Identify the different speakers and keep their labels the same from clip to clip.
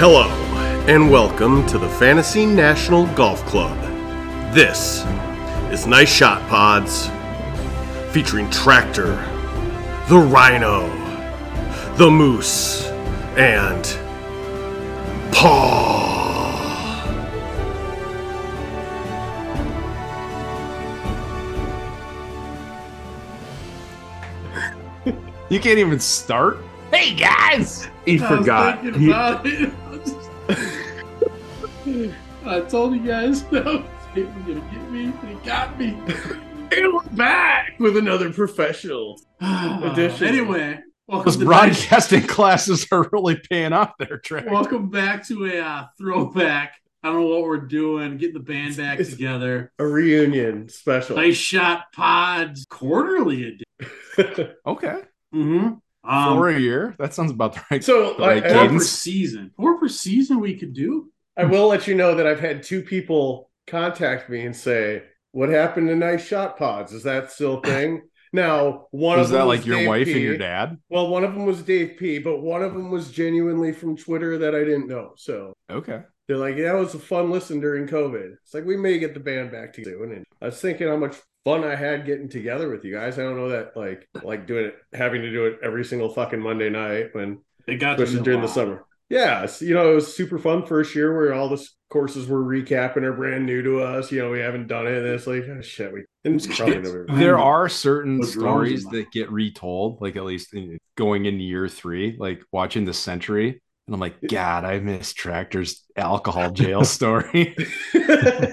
Speaker 1: Hello, and welcome to the Fantasy National Golf Club. This is Nice Shot Pods, featuring Tractor, the Rhino, the Moose, and Paw.
Speaker 2: You can't even start. Hey guys, he
Speaker 3: I was
Speaker 2: forgot.
Speaker 3: thinking
Speaker 2: He-
Speaker 3: about it. I was just- I told you guys that was they were gonna get me. They got me. and we're back with another professional edition. Anyway, welcome
Speaker 2: those
Speaker 3: to
Speaker 2: broadcasting classes are really paying off there, Trey.
Speaker 3: back, welcome back to a uh, throwback. I don't know what we're doing. Getting the band back
Speaker 1: It's-
Speaker 3: together.
Speaker 1: A reunion special.
Speaker 3: Nice shot pods quarterly edition.
Speaker 2: okay,
Speaker 3: Mm-hmm. Um,
Speaker 2: four a year. That sounds about the right.
Speaker 1: so
Speaker 2: I- I-
Speaker 3: four per
Speaker 2: cadence.
Speaker 3: season. Four per season we could do.
Speaker 1: I will let you know that I've had two people contact me and say, "What happened to nice shot pods? Is that still a thing?" Now, one
Speaker 2: Was
Speaker 1: of them
Speaker 2: that
Speaker 1: was
Speaker 2: like your
Speaker 1: Dave
Speaker 2: wife
Speaker 1: P.
Speaker 2: and your dad?
Speaker 1: Well, one of them was Dave P, but one of them was genuinely from Twitter that I didn't know. So
Speaker 2: Okay.
Speaker 1: they're like, "Yeah, it was a fun listen during COVID." It's like we may get the band back together. And I was thinking how much fun I had getting together with you guys. I don't know that like like doing it, having to do it every single fucking Monday night when
Speaker 3: They got to
Speaker 1: especially
Speaker 3: know
Speaker 1: during
Speaker 3: a
Speaker 1: the
Speaker 3: lot.
Speaker 1: summer. Yeah, it's- you know, it was super fun first year where all the s- courses were recapping are brand new to us. You know, we haven't done it. And it's like, oh, shit, we didn't
Speaker 3: It's
Speaker 1: probably
Speaker 3: kids.
Speaker 1: never.
Speaker 3: I'm-
Speaker 2: There are certain
Speaker 3: what's wrong with
Speaker 2: stories
Speaker 3: my-
Speaker 2: that get retold, like at least in, going into year three, like watching the Century, and I'm like, God, I miss Tractor's alcohol jail story.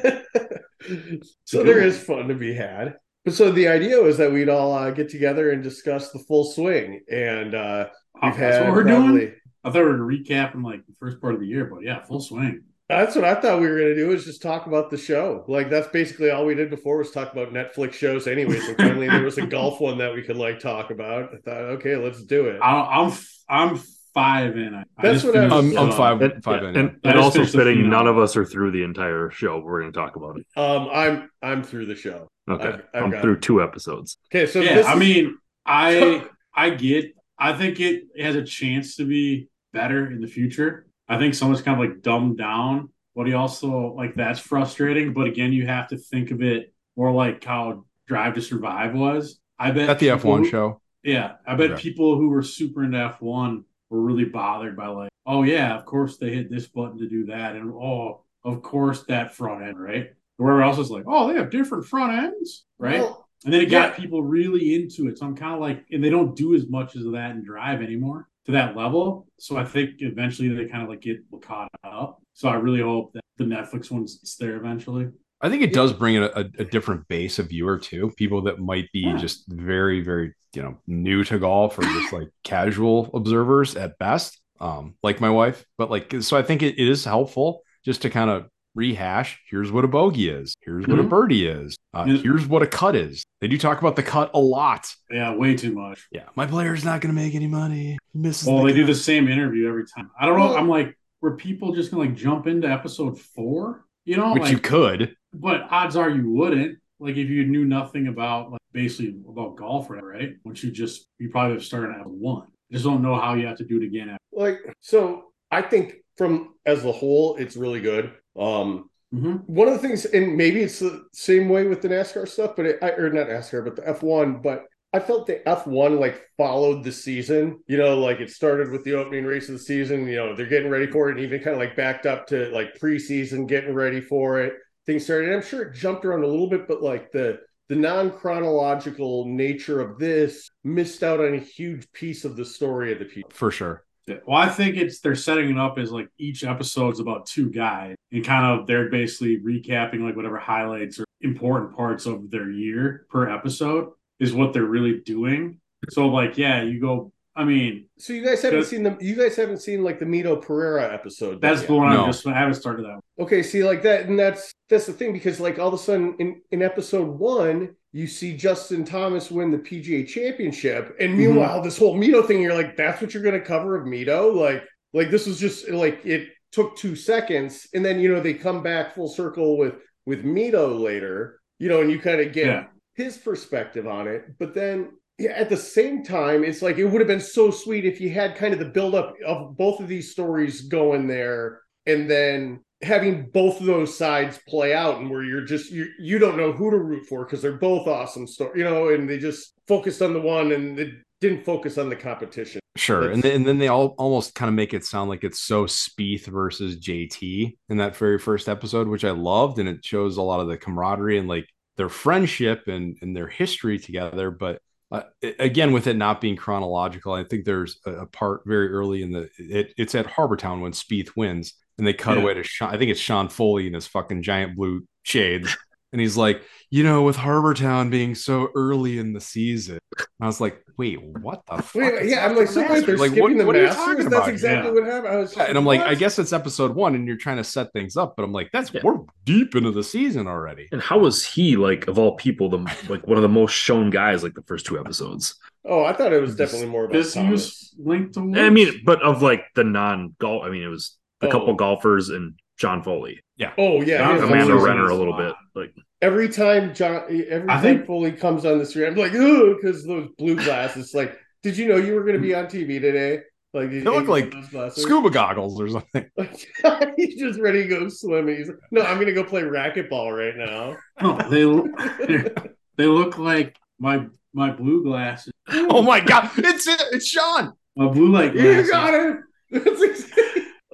Speaker 1: so there is fun to be had. But so the idea was that we'd all uh, get together and discuss the full swing. And uh,
Speaker 3: Oh,
Speaker 1: we've had
Speaker 3: that's what we're
Speaker 1: probably-
Speaker 3: doing. I thought we were recapping like the first part of the year, but yeah, full swing.
Speaker 1: That's what I thought we were going to do is just talk about the show. Like that's basically all we did before was talk about Netflix shows anyway. So finally there was a golf one that we could like talk about. I thought, okay, let's do it.
Speaker 3: I, I'm I'm five in. I, I
Speaker 1: That's
Speaker 3: just
Speaker 1: what I
Speaker 3: finished,
Speaker 1: was-
Speaker 2: I'm, I'm
Speaker 3: uh,
Speaker 2: five,
Speaker 4: And,
Speaker 2: five in.
Speaker 4: and, and
Speaker 3: I just
Speaker 4: also
Speaker 3: finished the
Speaker 4: fitting
Speaker 3: phenom.
Speaker 4: none of us are through the entire show. We're going to talk about it.
Speaker 1: Um, I'm I'm through the show.
Speaker 4: Okay.
Speaker 1: I've- I've
Speaker 4: i am
Speaker 1: got
Speaker 4: through
Speaker 1: it.
Speaker 4: two episodes.
Speaker 1: Okay, so
Speaker 3: yeah,
Speaker 1: this
Speaker 3: I
Speaker 1: is-
Speaker 3: mean, I I get. I think it has a chance to be better in the future. I think so much kind of like dumbed down, but he also like that's frustrating. But again, you have to think of it more like how Drive to Survive was. I bet
Speaker 2: At the
Speaker 3: people
Speaker 2: F1
Speaker 3: who-
Speaker 2: show.
Speaker 3: Yeah, I bet
Speaker 2: Okay.
Speaker 3: people who were super into F1 were really bothered by like, oh yeah, of course they hit this button to do that, and oh, of course that front end, right? Whoever else is like, oh, they have different front ends, right?
Speaker 1: well,
Speaker 3: and then it got
Speaker 1: yeah.
Speaker 3: people really into it. So I'm kind of like, and they don't do as much as that in Drive anymore to that level. So I think eventually they kind of like get caught up. So I really hope that the Netflix one's it's there eventually.
Speaker 2: I think it does bring in a, a, a different base of viewer too. People that might be
Speaker 3: Yeah.
Speaker 2: just very, very, you know, new to golf or just like casual observers at best, um, like my wife. But like, so I think it, it is helpful just to kind of rehash here's what a bogey is, here's what a
Speaker 3: Mhm.
Speaker 2: birdie is, uh,
Speaker 3: Yeah.
Speaker 2: here's what a cut is. They do talk about the cut a lot.
Speaker 3: Yeah, way too much.
Speaker 2: Yeah. My player's not going to make any money. He misses
Speaker 3: Well,
Speaker 2: the
Speaker 3: they do
Speaker 2: cut.
Speaker 3: the same interview every time. I don't know.
Speaker 1: Well-
Speaker 3: I'm like, were people just gonna like jump into episode four? You know,
Speaker 2: which
Speaker 3: like,
Speaker 2: you could.
Speaker 3: but odds are you wouldn't. Like, if you knew nothing about like basically about golf, right? right? Once you just you probably have started at one. I just don't know how you have to do it again. After.
Speaker 1: like so I think from as a whole, it's really good. Um,
Speaker 3: Mhm.
Speaker 1: one of the things, and maybe it's the same way with the NASCAR stuff, but it, I or not NASCAR, but the F one. But I felt the F one like followed the season. You know, like it started with the opening race of the season. You know, they're getting ready for it, and even kind of like backed up to like preseason, getting ready for it. Things started. And I'm sure it jumped around a little bit, but like the the non chronological nature of this missed out on a huge piece of the story of the piece.
Speaker 2: For sure.
Speaker 3: Well, I think it's they're setting it up as like each episode's about two guys, and kind of they're basically recapping like whatever highlights or important parts of their year per episode is what they're really doing. So, like, yeah, you go. I mean,
Speaker 1: So you guys haven't
Speaker 3: Good.
Speaker 1: seen the you guys haven't seen like the Mito Pereira episode.
Speaker 3: That's
Speaker 1: yet.
Speaker 3: the one
Speaker 2: No.
Speaker 3: I just I haven't started that. One.
Speaker 1: Okay, see, like that, and that's that's the thing because like all of a sudden in in episode one, you see Justin Thomas win the PGA Championship, and meanwhile, this whole Mito thing, you're like, that's what you're going to cover of Mito, like like this was just like it took two seconds, and then you know they come back full circle with with Mito later, you know, and you kind of get
Speaker 3: Yeah.
Speaker 1: his perspective on it, but then yeah, at the same time, it's like it would have been so sweet if you had kind of the buildup of both of these stories going there and then having both of those sides play out and where you're just you you don't know who to root for because they're both awesome stories, you know, and they just focused on the one and they didn't focus on the competition.
Speaker 2: Sure. And then, and then they all almost kind of make it sound like it's so Spieth versus JT in that very first episode, which I loved. And it shows a lot of the camaraderie and like their friendship and, and their history together. But uh, again, with it not being chronological, I think there's a, a part very early in the, it, it's at Harbortown when Spieth wins and they cut
Speaker 3: Yeah.
Speaker 2: away to Sean. I think it's Sean Foley in his fucking giant blue shades. And he's like, you know, with Harbortown being so early in the season, I was like, wait, what the fuck?
Speaker 1: Wait,
Speaker 2: is
Speaker 1: yeah, I'm
Speaker 2: after
Speaker 1: like, so wait, they're
Speaker 2: Masters? Like,
Speaker 1: skipping the
Speaker 2: are you
Speaker 1: Masters?
Speaker 2: talking
Speaker 1: That's
Speaker 2: about?
Speaker 1: exactly
Speaker 3: Yeah.
Speaker 1: what happened. I was
Speaker 2: Yeah, and I'm like,
Speaker 1: what?
Speaker 2: I guess it's episode one, and you're trying to set things up, but I'm like, that's
Speaker 4: Yeah.
Speaker 2: we're deep into the season already.
Speaker 4: And how was he like of all people the like one of the most shown guys like the first two episodes?
Speaker 1: Oh, I thought it was definitely more about
Speaker 3: Because he
Speaker 1: Thomas.
Speaker 3: was linked to.
Speaker 4: I mean, but of like the non golf. I mean, it was a
Speaker 1: Oh.
Speaker 4: couple golfers and John Foley,
Speaker 1: Oh yeah,
Speaker 3: Not
Speaker 1: his
Speaker 4: Amanda
Speaker 1: whole
Speaker 3: Foley's
Speaker 4: Renner
Speaker 3: in
Speaker 4: a
Speaker 3: his
Speaker 4: little bit.
Speaker 3: spot.
Speaker 4: Like
Speaker 1: every time John, e, every
Speaker 3: I
Speaker 1: time
Speaker 3: think-
Speaker 1: Foley comes on the screen, I'm like, ooh, because those blue glasses. Like, did you know you were going to be on TV today? Like, did
Speaker 2: They look
Speaker 1: and you
Speaker 2: like
Speaker 1: have those glasses?
Speaker 2: Scuba goggles or something.
Speaker 1: he's just ready to go swimming. He's like, no, I'm going to go play racquetball right now.
Speaker 3: no, they they look like my my blue glasses,
Speaker 2: Oh my god, it's it, it's Sean.
Speaker 3: my blue light glasses.
Speaker 1: you got it. That's exactly.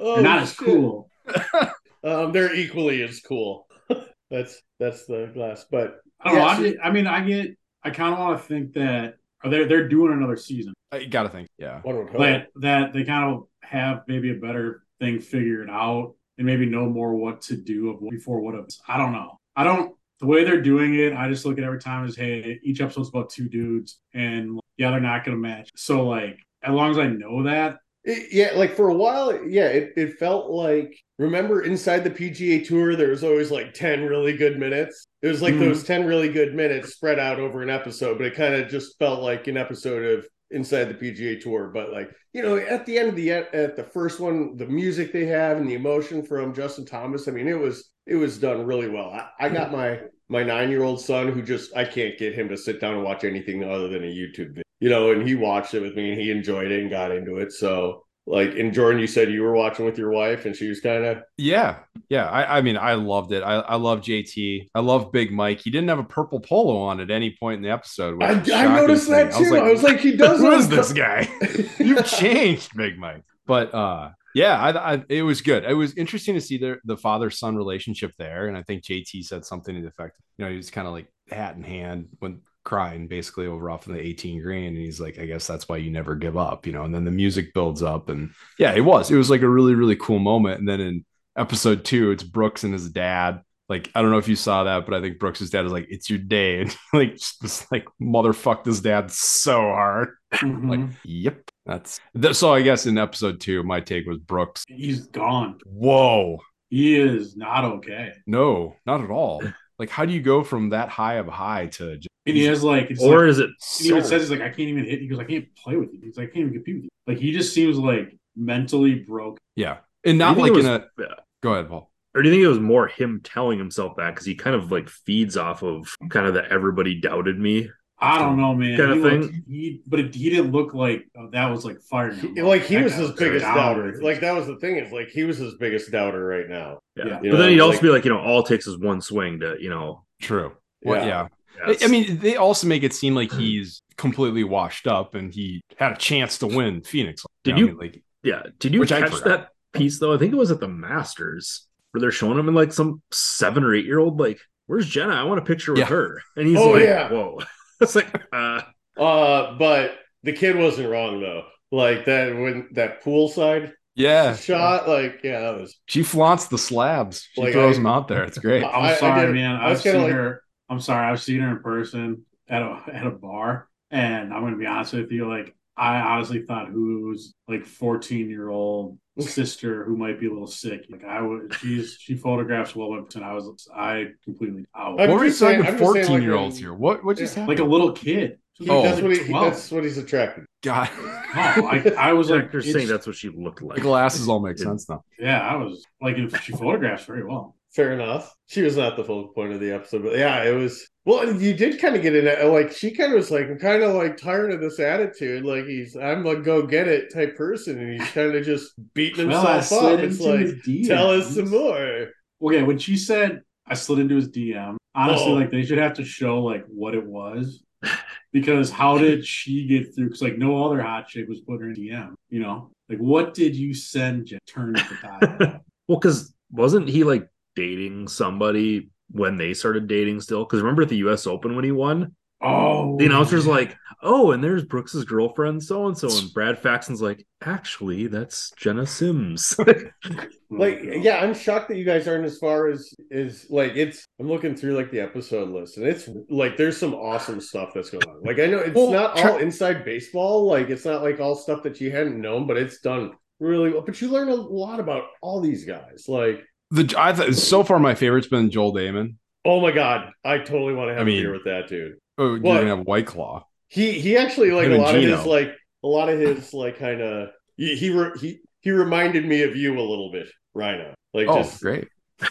Speaker 1: Oh,
Speaker 3: They're not as
Speaker 1: shit.
Speaker 3: cool.
Speaker 1: Um, they're equally as cool. that's that's the glass, but
Speaker 3: I don't know.
Speaker 1: Yeah,
Speaker 3: I,
Speaker 1: so-
Speaker 3: get- I mean, I get. I kind of want to think that or they're they're doing another season,
Speaker 2: I gotta think. Yeah.
Speaker 1: one would hope.
Speaker 3: but that they kind of have maybe a better thing figured out and maybe know more what to do of what before what of. I don't know. I don't. The way they're doing it, I just look at every time as hey, each episode's about two dudes, and yeah, they're not going to match. So like, as long as I know that,
Speaker 1: It, yeah, like for a while, yeah, it, it felt like remember inside the PGA Tour, there was always like 10 really good minutes. It was like
Speaker 3: Mhm.
Speaker 1: those 10 really good minutes spread out over an episode, but it kind of just felt like an episode of inside the PGA Tour. But like, you know, at the end of the at the first one, the music they have and the emotion from Justin Thomas, I mean, it was it was done really well. I, I got my my nine-year-old son who just I can't get him to sit down and watch anything other than a YouTube video. You know, and he watched it with me and he enjoyed it and got into it. So like and Jordan, you said you were watching with your wife and she was kind of
Speaker 2: Yeah. Yeah. I, I mean, I loved it. I, I love JT. I love Big Mike. He didn't have a purple polo on at any point in the episode. which
Speaker 1: I,
Speaker 2: was
Speaker 1: I
Speaker 2: shocking
Speaker 1: noticed
Speaker 2: to me.
Speaker 1: that too. I was like, he does
Speaker 2: who
Speaker 1: look-
Speaker 2: is this guy? You've changed, Big Mike. But uh, yeah, I, I, it was good. It was interesting to see the, the father son relationship there, and I think JT said something to the effect, you know, he was kind of like hat in hand when crying basically over off in the 18 green, and he's like, I guess that's why you never give up, you know. And then the music builds up, and yeah, it was. It was like a really really cool moment. And then in episode two, it's Brooks and his dad. Like I don't know if you saw that, but I think Brooks' dad is like, "It's your day," and like just was like motherfucked his dad so hard.
Speaker 4: Mm-hmm.
Speaker 2: Like,
Speaker 3: mhm,
Speaker 2: yep. That's th- so. I guess in episode two, my take was Brooks.
Speaker 3: he's gone.
Speaker 2: Whoa,
Speaker 3: He is not okay.
Speaker 2: no, not at all. Like, how do you go from that high of a high to just
Speaker 3: And he has like, it's
Speaker 4: or
Speaker 3: like
Speaker 4: is it
Speaker 3: he even
Speaker 2: so-
Speaker 3: says he's like, I can't even hit. He goes, I can't play with you. He's like, I can't even compete with you. Like he just seems like mentally broke.
Speaker 2: yeah, and not
Speaker 4: Do you
Speaker 2: like
Speaker 4: think
Speaker 2: in
Speaker 4: it
Speaker 2: a
Speaker 4: was-
Speaker 2: go ahead, Paul.
Speaker 4: or do you think it was more him telling himself that because he kind of like feeds off of kind of that everybody doubted me?
Speaker 3: I don't know, man.
Speaker 4: Kinda
Speaker 3: he
Speaker 4: thing.
Speaker 3: looked- he- but it, he didn't look like oh, that was like firing. him up.
Speaker 1: like he
Speaker 3: That
Speaker 1: was
Speaker 3: guy
Speaker 1: his biggest
Speaker 3: down.
Speaker 1: doubter. Like that was the thing, is like he was his biggest doubter right now.
Speaker 4: Yeah.
Speaker 3: Yeah.
Speaker 4: But
Speaker 1: You know,
Speaker 4: then he'd also
Speaker 1: like-
Speaker 4: be like, you know, all it takes is one swing to, you know,
Speaker 2: True. Well, yeah.
Speaker 4: yeah,
Speaker 2: I- I
Speaker 4: it's-
Speaker 2: mean, they also make it seem like he's completely washed up and he had a chance to win Phoenix.
Speaker 4: Did
Speaker 2: know
Speaker 4: you-
Speaker 2: what I mean? like?
Speaker 4: Yeah. Did you
Speaker 2: Which I
Speaker 4: catch
Speaker 2: forgot.
Speaker 4: that piece though? I think it was at the Masters where they're showing him in like some seven or eight year old, like, where's Jenna? I want a picture with
Speaker 2: Yeah.
Speaker 4: her. And he's
Speaker 1: Oh,
Speaker 4: like,
Speaker 1: yeah.
Speaker 4: whoa. it's like, uh,
Speaker 1: Uh, but the kid wasn't wrong though. Like that when that poolside
Speaker 2: Yeah,
Speaker 1: shot, like yeah, that was.
Speaker 2: She flaunts the slabs. She
Speaker 1: Like,
Speaker 2: throws
Speaker 1: I-
Speaker 2: them out there. It's great.
Speaker 1: I-
Speaker 3: I'm
Speaker 1: I
Speaker 3: sorry,
Speaker 1: did-
Speaker 3: man.
Speaker 1: I was
Speaker 3: I've seen
Speaker 1: kinda like-
Speaker 3: her. I'm sorry. I've seen her in person at a at a bar, and I'm gonna be honest with you. Like I honestly thought who's like 14 year old sister who might be a little sick. Like I would. She's she photographs well, and I was I completely out.
Speaker 1: I'm
Speaker 2: what were you
Speaker 1: just saying-
Speaker 2: talking
Speaker 1: I'm
Speaker 2: to
Speaker 1: just saying, like,
Speaker 2: 14 year olds
Speaker 1: when-
Speaker 2: here? What what just
Speaker 3: like
Speaker 2: happened?
Speaker 3: a little kid. She was
Speaker 2: Oh.
Speaker 1: that's
Speaker 3: like
Speaker 1: what he,
Speaker 3: 12.
Speaker 1: that's what he's attracted.
Speaker 2: God.
Speaker 3: No, I, I was
Speaker 4: the
Speaker 3: like,
Speaker 4: actor's
Speaker 3: it's-
Speaker 4: saying that's what she looked
Speaker 2: The
Speaker 4: like.
Speaker 2: glasses all make sense now.
Speaker 3: yeah, I was like, if she photographs very well.
Speaker 1: fair enough. She was not the focal point of the episode, but yeah, it was. Well, and you did kind of get in it. Like she kind of was like, I'm kind of like tired of this attitude. Like he's, I'm a go get it type person, and he's kind of just beating
Speaker 3: Well, I
Speaker 1: himself
Speaker 3: slid
Speaker 1: up. It's
Speaker 3: into
Speaker 1: like,
Speaker 3: his DMs.
Speaker 1: tell us some more.
Speaker 3: Okay, when she said I slid into his DM, honestly,
Speaker 1: Oh.
Speaker 3: like they should have to show like what it was. Because how did she get through? Because like no other hot chick was putting her in DM, you know? Like what did you send Jen? Turn the dial.
Speaker 4: Well, because wasn't he like dating somebody when they started dating still? Because remember at the U.S. Open when he won,
Speaker 3: oh
Speaker 4: the announcer's like, "Oh, and there's Brooks's girlfriend, so and so," and Brad Faxon's like, "Actually, that's Jenna Sims."
Speaker 3: Mm-hmm.
Speaker 1: like yeah i'm shocked that you guys aren't as far as is like it's i'm looking through like the episode list and it's like there's some awesome stuff that's going on like i know it's
Speaker 2: Well,
Speaker 1: not
Speaker 2: try-
Speaker 1: all inside baseball like it's not like all stuff that you hadn't known but it's done really well but you learn a lot about all these guys like
Speaker 2: The I th- so far my favorite's been Joel Damon.
Speaker 1: oh my god i totally want to have
Speaker 2: I mean-
Speaker 1: a beer with that dude
Speaker 2: Oh,
Speaker 1: What?
Speaker 2: you're gonna have White Claw.
Speaker 1: he he actually like
Speaker 2: Him
Speaker 1: a
Speaker 2: and
Speaker 1: lot
Speaker 2: Gino.
Speaker 1: of his like a lot of his like kind of he he re- he, he reminded me of you a little bit rhino like
Speaker 2: oh,
Speaker 1: just
Speaker 2: great.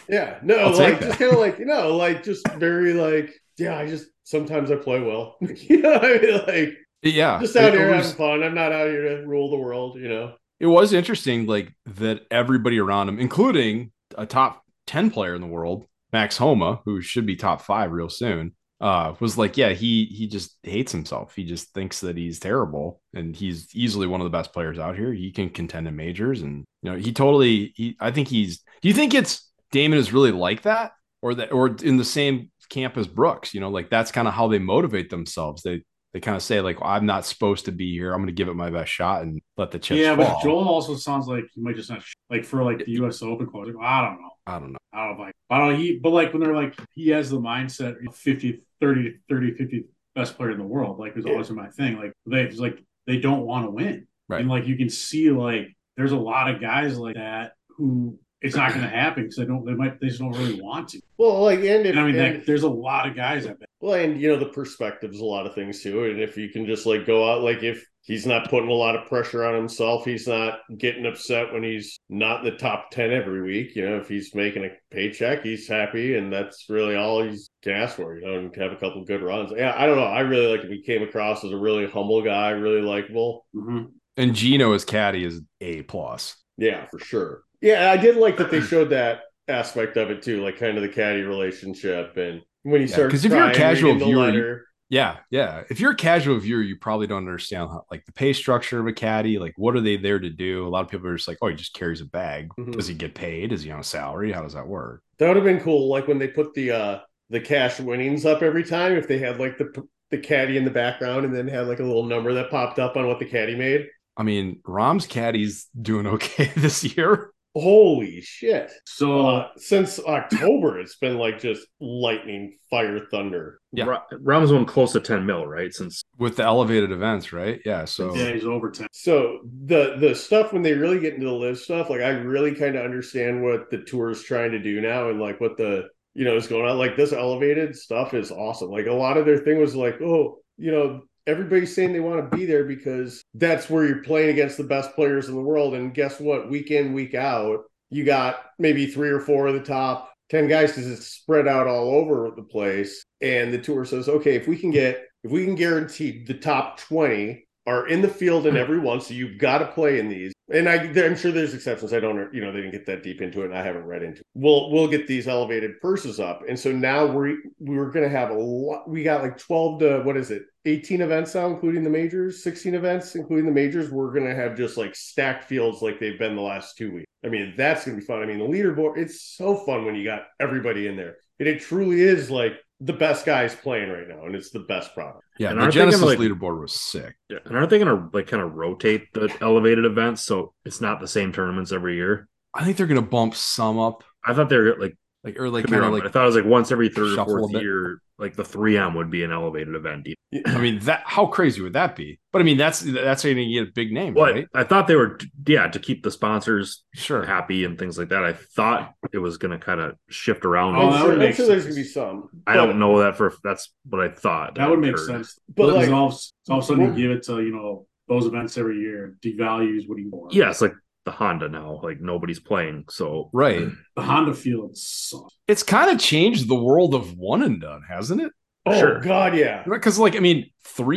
Speaker 1: Yeah, no,
Speaker 2: I'll take
Speaker 1: like
Speaker 2: that.
Speaker 1: just kind of like you know, like just very like yeah. I just sometimes I play well, you know. What I mean, like
Speaker 2: Yeah,
Speaker 1: just out
Speaker 2: it,
Speaker 1: here um,
Speaker 2: it
Speaker 1: having
Speaker 2: was,
Speaker 1: fun. I'm not out here to rule the world, you know.
Speaker 2: it was interesting, like that everybody around him, including a top ten player in the world, Max Homa, who should be top five real soon, uh, was like, yeah, he he just hates himself. He just thinks that he's terrible, and he's easily one of the best players out here. He can contend in majors, and you know, he totally. He, I think he's. Do you think it's Damon is really like that, or that, or in the same camp as Brooks? You know, like that's kind of how they motivate themselves. They they kind of say like, I'm not supposed to be here. I'm going to give it my best shot and let the chips
Speaker 3: Yeah,
Speaker 2: fall.
Speaker 3: but Joel also sounds like he might just not sh- like for like the US Open quote. Like, I don't know.
Speaker 2: I don't know.
Speaker 3: I don't know, like I don't know, he but like when they're like he has the mindset of 50 30 30 50 best player in the world like was always my thing like they it's like they don't want to win
Speaker 2: Right.
Speaker 3: and like you can see like there's a lot of guys like that who it's not going to happen because they don't they might they just don't really want to
Speaker 1: Well, like and if,
Speaker 3: and I mean
Speaker 1: and,
Speaker 3: like, there's a lot of guys I bet
Speaker 1: well, and you know the perspective's a lot of things too. And if you can just like go out, like if he's not putting a lot of pressure on himself, he's not getting upset when he's not in the top ten every week. You know, if he's making a paycheck, he's happy, and that's really all he's can ask for. You know, and have a couple good runs. Yeah, I don't know. I really like him. He came across as a really humble guy, really likable.
Speaker 2: Mm-hmm.
Speaker 3: Mhm.
Speaker 2: And Gino as caddy is a plus.
Speaker 1: Yeah, for sure. Yeah, I did like that they showed that aspect of it too, like kind of the caddy relationship and when he
Speaker 2: Yeah,
Speaker 1: starts
Speaker 2: 'cause if you're a casual viewer, you-
Speaker 1: letter,
Speaker 2: Yeah, yeah. If you're a casual viewer, you probably don't understand how, like the pay structure of a caddy. Like, what are they there to do? A lot of people are just like, oh, he just carries a bag.
Speaker 1: Mhm.
Speaker 4: Hmm.
Speaker 2: Does he get paid? Is he on a salary? How does that work?
Speaker 1: That would have been cool. Like when they put the uh the cash winnings up every time, if they had like the the caddy in the background and then had like a little number that popped up on what the caddy made.
Speaker 2: I mean, Rom's caddy's doing okay this year.
Speaker 1: Holy shit!
Speaker 3: so
Speaker 1: Uh, since October, it's been like just lightning, fire, thunder.
Speaker 2: Yeah.
Speaker 4: Ra- Ram's won close to ten mil, right? Since
Speaker 2: With the elevated events, right? Yeah. So
Speaker 3: yeah he's over 10
Speaker 1: So the the stuff when they really get into the live stuff, like I really kind of understand what the tour is trying to do now and like what the you know is going on. Like this elevated stuff is awesome. Like a lot of their thing was like, oh, you know, everybody's saying they want to be there because that's where you're playing against the best players in the world. And guess what? Week in, week out, you got maybe three or four of the top 10 guys because it's spread out all over the place. And the tour says, okay, if we can get, if we can guarantee the top 20 are in the field
Speaker 3: Hmm.
Speaker 1: in every one, so you've got to play in these. And I, there, I'm sure there's exceptions. I don't, you know, they didn't get that deep into it, and I haven't read into. It. We'll we'll get these elevated purses up, and so now we we're going to have a lot. We got like 12 to what is it, 18 events now, including the majors, 16 events, including the majors. We're going to have just like stacked fields like they've been the last two weeks. I mean, that's going to be fun. I mean, the leaderboard, it's so fun when you got everybody in there. And it truly is like the best guys playing right now, and it's the best product.
Speaker 2: yeah,
Speaker 4: And
Speaker 2: the
Speaker 4: aren't they gonna,
Speaker 2: Genesis
Speaker 4: like-
Speaker 2: leaderboard was sick.
Speaker 4: and aren't they going to like kind of rotate the elevated events so it's not the same tournaments every year?
Speaker 2: I think they're gonna bump some up,
Speaker 4: I thought they were like
Speaker 2: like or like
Speaker 4: Could be
Speaker 2: kind of
Speaker 4: wrong,
Speaker 2: like
Speaker 4: but I thought it was like once every third or
Speaker 2: shuffle
Speaker 4: fourth
Speaker 2: a bit.
Speaker 4: year, like the 3M would be an elevated event.
Speaker 2: I mean, that how crazy would that be? But I mean, that's that's how you get a big name,
Speaker 4: What
Speaker 2: right?
Speaker 4: I thought they were, yeah, to keep the sponsors
Speaker 2: Sure.
Speaker 4: happy and things like that. I thought it was going to kind of shift around.
Speaker 3: Oh,
Speaker 1: I'm
Speaker 3: that
Speaker 1: sure,
Speaker 3: would
Speaker 1: I'm
Speaker 3: make
Speaker 1: sure there's
Speaker 3: sense.
Speaker 1: going to be some.
Speaker 4: I don't know that for that's what I thought.
Speaker 3: that would
Speaker 4: I
Speaker 3: make
Speaker 4: heard.
Speaker 3: sense
Speaker 1: But
Speaker 3: because
Speaker 1: like,
Speaker 3: all, of- all of a sudden you give it to you know those events every year devalues what he wants
Speaker 4: Yes, like the Honda now. Like nobody's playing. So
Speaker 2: Right.
Speaker 3: The Honda field sucks.
Speaker 2: It's kind of changed the world of one and done, hasn't it?
Speaker 1: Oh
Speaker 4: Sure.
Speaker 1: God, yeah.
Speaker 2: Because, like, I mean,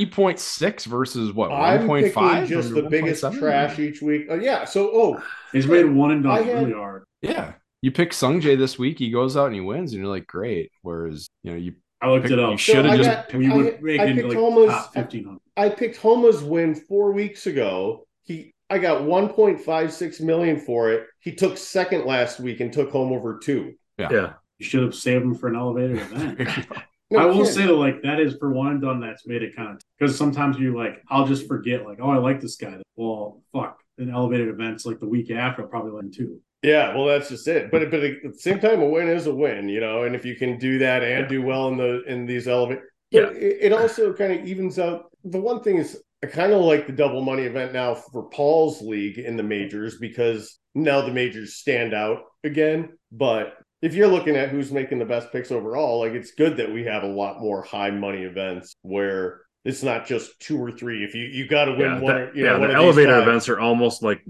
Speaker 2: 3.6 versus what,
Speaker 1: I'm
Speaker 2: 1.5?
Speaker 1: picking just
Speaker 2: Or
Speaker 1: the biggest
Speaker 2: 1.7?
Speaker 1: trash each week. Oh yeah. So oh,
Speaker 3: He's made one and done
Speaker 1: I had-
Speaker 3: really hard.
Speaker 2: Yeah. You pick Sungjae this week, he goes out and he wins, and you're like, great. Whereas, you know, you
Speaker 3: I looked
Speaker 2: pick,
Speaker 3: it
Speaker 2: you
Speaker 3: up.
Speaker 2: should
Speaker 1: So I
Speaker 2: have just
Speaker 1: got-
Speaker 3: We
Speaker 1: I-
Speaker 3: would make
Speaker 1: I
Speaker 3: it into
Speaker 1: picked
Speaker 3: like
Speaker 1: almost-
Speaker 3: top fifteen hundred.
Speaker 1: I picked Homa's win four weeks ago. He I got 1.56 million for it. He took second last week and took home over two.
Speaker 4: yeah.
Speaker 3: You should have saved him for an elevator event.
Speaker 1: No
Speaker 3: I will
Speaker 1: kidding.
Speaker 3: say that like that is for one and done that's made it kind of because sometimes you're like I'll just forget like oh I like this guy well fuck an elevated events like the week after I'll probably let him too
Speaker 1: Yeah, well, that's just it. But but at the same time, a win is a win, you know. And if you can do that and do well in the in these elevate,
Speaker 4: Yeah.
Speaker 1: it, it also kind of evens out. The one thing is, I kind of like the double money event now for Paul's league in the majors because now the majors stand out again. But if you're looking at who's making the best picks overall, like it's good that we have a lot more high money events where it's not just two or three. If you you got to win
Speaker 4: Yeah,
Speaker 1: one,
Speaker 4: that-
Speaker 1: or, you know,
Speaker 4: yeah,
Speaker 1: one
Speaker 4: the
Speaker 1: of these
Speaker 4: elevator
Speaker 1: five.
Speaker 4: events are almost like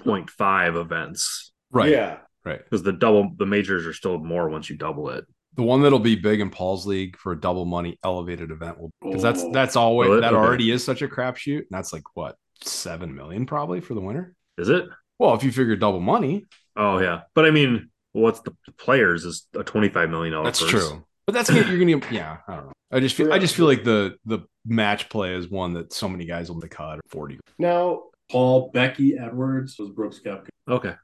Speaker 4: 1.5 events
Speaker 2: right.
Speaker 1: Yeah,
Speaker 2: Right.
Speaker 4: because the double the majors are still more once you double it.
Speaker 2: The one that'll be big in Paul's league for a double money elevated event will because that's
Speaker 3: Oh.
Speaker 2: that's always
Speaker 4: Will it?
Speaker 2: that
Speaker 4: Okay.
Speaker 2: already is such a crapshoot. And that's like what seven million probably for the winner.
Speaker 4: Is it?
Speaker 2: Well, if you figure double money,
Speaker 4: Oh yeah, but I mean, what's the players is a 25 million dollar.
Speaker 2: that's
Speaker 4: purse.
Speaker 2: true. But that's gonna, you're gonna yeah. I don't know. I just feel I just feel like the the match play is one that so many guys will make the cut or forty.
Speaker 1: now
Speaker 3: Paul Becky Edwards was Brooks Koepka
Speaker 4: Okay,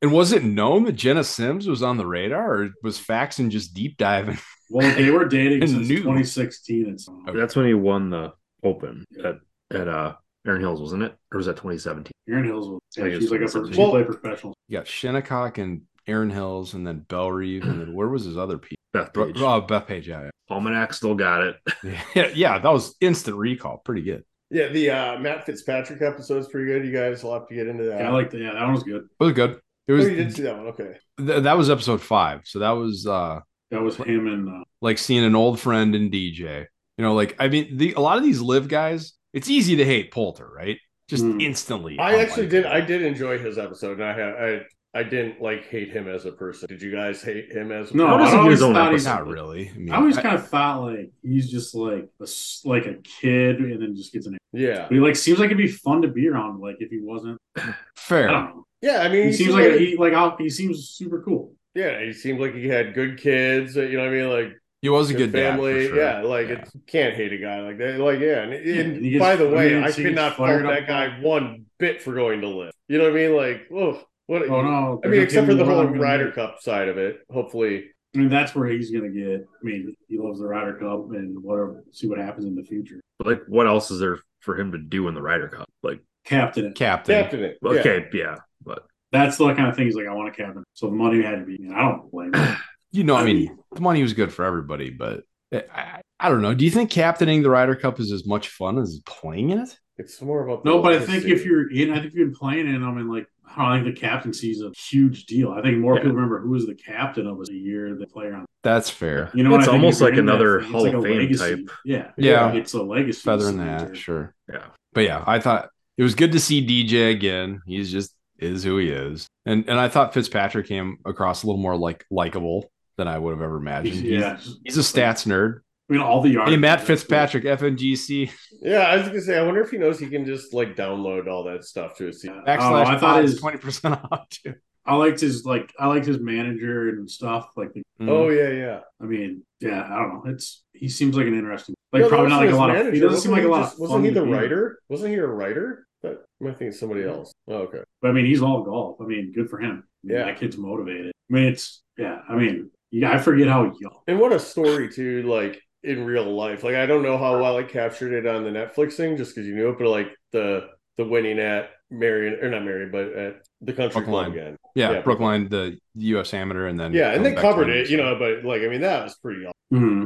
Speaker 2: And was it known that Jenna Sims was on the radar, or was Faxon just deep diving?
Speaker 3: well they were dating
Speaker 2: And
Speaker 3: since
Speaker 2: knew.
Speaker 3: 2016 and something
Speaker 2: Okay.
Speaker 4: that's when he won the Open at at uh Aaron Hills, wasn't it? Or was that 2017?
Speaker 3: Aaron Hills was
Speaker 4: I think
Speaker 3: she's
Speaker 4: it
Speaker 3: like a
Speaker 4: was
Speaker 3: pro- she
Speaker 1: Well-
Speaker 3: played professional
Speaker 2: You got Shinnecock and Aaron Hills, and then Bell Reeve, and then where was his other piece?
Speaker 4: Beth Page.
Speaker 2: Oh, Beth Page. Yeah,
Speaker 4: Almanac still got it.
Speaker 2: yeah, yeah. That was instant recall. Pretty good.
Speaker 1: Yeah, the uh, Matt Fitzpatrick episode is pretty good. You guys will have to get into that.
Speaker 3: yeah I like that yeah that one was good
Speaker 2: It was good. It
Speaker 1: Oh,
Speaker 2: was
Speaker 1: you did see that one. Okay.
Speaker 2: th- that was episode five. So that was uh
Speaker 3: that was him and uh,
Speaker 2: like seeing an old friend in DJ. You know, like I mean, the a lot of these live guys. It's easy to hate Poulter, right? Just
Speaker 3: Hmm.
Speaker 2: instantly.
Speaker 1: I actually did.
Speaker 3: uh,
Speaker 1: I
Speaker 2: unlikable.
Speaker 1: did enjoy his episode, and I had I I didn't like hate him as a person. Did you guys hate him as a
Speaker 3: no
Speaker 4: How
Speaker 1: person?
Speaker 3: I
Speaker 4: does he do
Speaker 3: always
Speaker 4: his own
Speaker 3: thought he's
Speaker 4: episode?
Speaker 2: Not really. I mean,
Speaker 3: I always
Speaker 2: I-
Speaker 3: kind of thought like he's just like a, s- like a kid and then just gets an
Speaker 1: Yeah,
Speaker 3: but he like seems like it'd be fun to be around like if he wasn't I
Speaker 2: fair.
Speaker 3: don't know
Speaker 1: yeah. I mean,
Speaker 3: he seems like he like I'll, he seems super cool.
Speaker 1: yeah, he seemed like he had good kids. You know what I mean? Like
Speaker 2: He was a good dad, for
Speaker 1: family.
Speaker 2: sure.
Speaker 1: Yeah, like
Speaker 2: Yeah.
Speaker 1: it's can't hate a guy like that. Like yeah, and, and
Speaker 3: and he gets-
Speaker 1: by the
Speaker 3: I
Speaker 1: way,
Speaker 3: mean,
Speaker 1: I
Speaker 3: so he
Speaker 1: could
Speaker 3: gets
Speaker 1: not fault
Speaker 3: fired up.
Speaker 1: that guy one bit for going to live. You know what I mean? Like oh, what?
Speaker 3: Oh no!
Speaker 1: I mean, except for the whole
Speaker 3: Rider
Speaker 1: Ryder Cup side of it. Hopefully,
Speaker 3: I mean, that's where he's gonna get. I mean, he loves the Ryder Cup and whatever. See what happens in the future.
Speaker 4: But, like, what else is there for him to do in the Ryder Cup? Like,
Speaker 3: Captain it.
Speaker 2: Captain.
Speaker 1: captain it. Yeah.
Speaker 4: okay, yeah, but
Speaker 3: That's the kind of thing he's like. I want a captain. So the money had to be. I don't blame him.
Speaker 2: You know, I
Speaker 3: I
Speaker 2: mean, the money was good for everybody, but I- I, I don't know. Do you think captaining the Ryder Cup is as much fun as playing it?
Speaker 1: It's more about the
Speaker 3: No, but I
Speaker 1: legacy.
Speaker 3: think if you're in, I think if you've been playing in them and like, I don't think the captaincy is a huge deal. I think more
Speaker 4: Yeah.
Speaker 3: people remember who was the captain of us a year than player on.
Speaker 2: That's fair.
Speaker 3: You know, and
Speaker 4: It's
Speaker 3: I think
Speaker 4: almost
Speaker 3: if you're
Speaker 4: like
Speaker 3: in that
Speaker 4: another
Speaker 3: thing, it's
Speaker 4: Hall
Speaker 3: like
Speaker 4: of
Speaker 3: a
Speaker 4: Fame
Speaker 3: legacy.
Speaker 4: type.
Speaker 3: Yeah,
Speaker 2: Yeah.
Speaker 3: it's a legacy.
Speaker 2: Feather in the
Speaker 3: somewhere.
Speaker 2: hat, sure.
Speaker 4: Yeah.
Speaker 2: But yeah, I thought it was good to see DJ again. He's just is who he is. And and I thought Fitzpatrick came across a little more like likable than I would have ever imagined.
Speaker 3: He's-
Speaker 2: He's,
Speaker 3: Yeah,
Speaker 2: he's a stats nerd.
Speaker 3: I mean, all the yards.
Speaker 2: Hey, Matt Fitzpatrick, FMGC.
Speaker 1: Yeah, I was gonna say, I wonder if he knows he can just like download all that stuff to his
Speaker 3: Yeah.
Speaker 1: seat.
Speaker 2: Backslash
Speaker 3: Oh, I thought
Speaker 2: pod is
Speaker 3: his,
Speaker 2: 20% off too.
Speaker 3: I liked his like I liked his manager and stuff. Like the,
Speaker 2: Mm.
Speaker 1: Oh yeah, yeah.
Speaker 3: I mean, yeah, I don't know. It's he seems like an interesting like
Speaker 1: No, that
Speaker 3: probably not
Speaker 1: wasn't
Speaker 3: like a
Speaker 1: his
Speaker 3: lot of he
Speaker 1: manager.
Speaker 3: doesn't seem
Speaker 1: Wasn't
Speaker 3: like a
Speaker 1: he
Speaker 3: lot
Speaker 1: just-
Speaker 3: of
Speaker 1: Wasn't
Speaker 3: fun
Speaker 1: he
Speaker 3: to
Speaker 1: the
Speaker 3: be with.
Speaker 1: writing? Wasn't he a writer? But I think it's somebody else. Oh, okay.
Speaker 3: But I mean he's all golf. I mean, good for him. I mean,
Speaker 1: Yeah.
Speaker 3: That kid's motivated. I mean it's yeah, I mean yeah, I forget how young.
Speaker 1: And what a story too, like in real life. Like I don't know how well it captured it on the Netflix thing, just because you knew it, but like the the winning at Marion or not Marion, but at the country club
Speaker 2: Brookline.
Speaker 1: again.
Speaker 2: Yeah,
Speaker 1: Yeah.
Speaker 2: Brookline, the US amateur, and then
Speaker 1: Yeah, and they
Speaker 2: coming back to
Speaker 1: covered
Speaker 2: him.
Speaker 1: it, you know. But like, I mean, that was pretty. Awesome.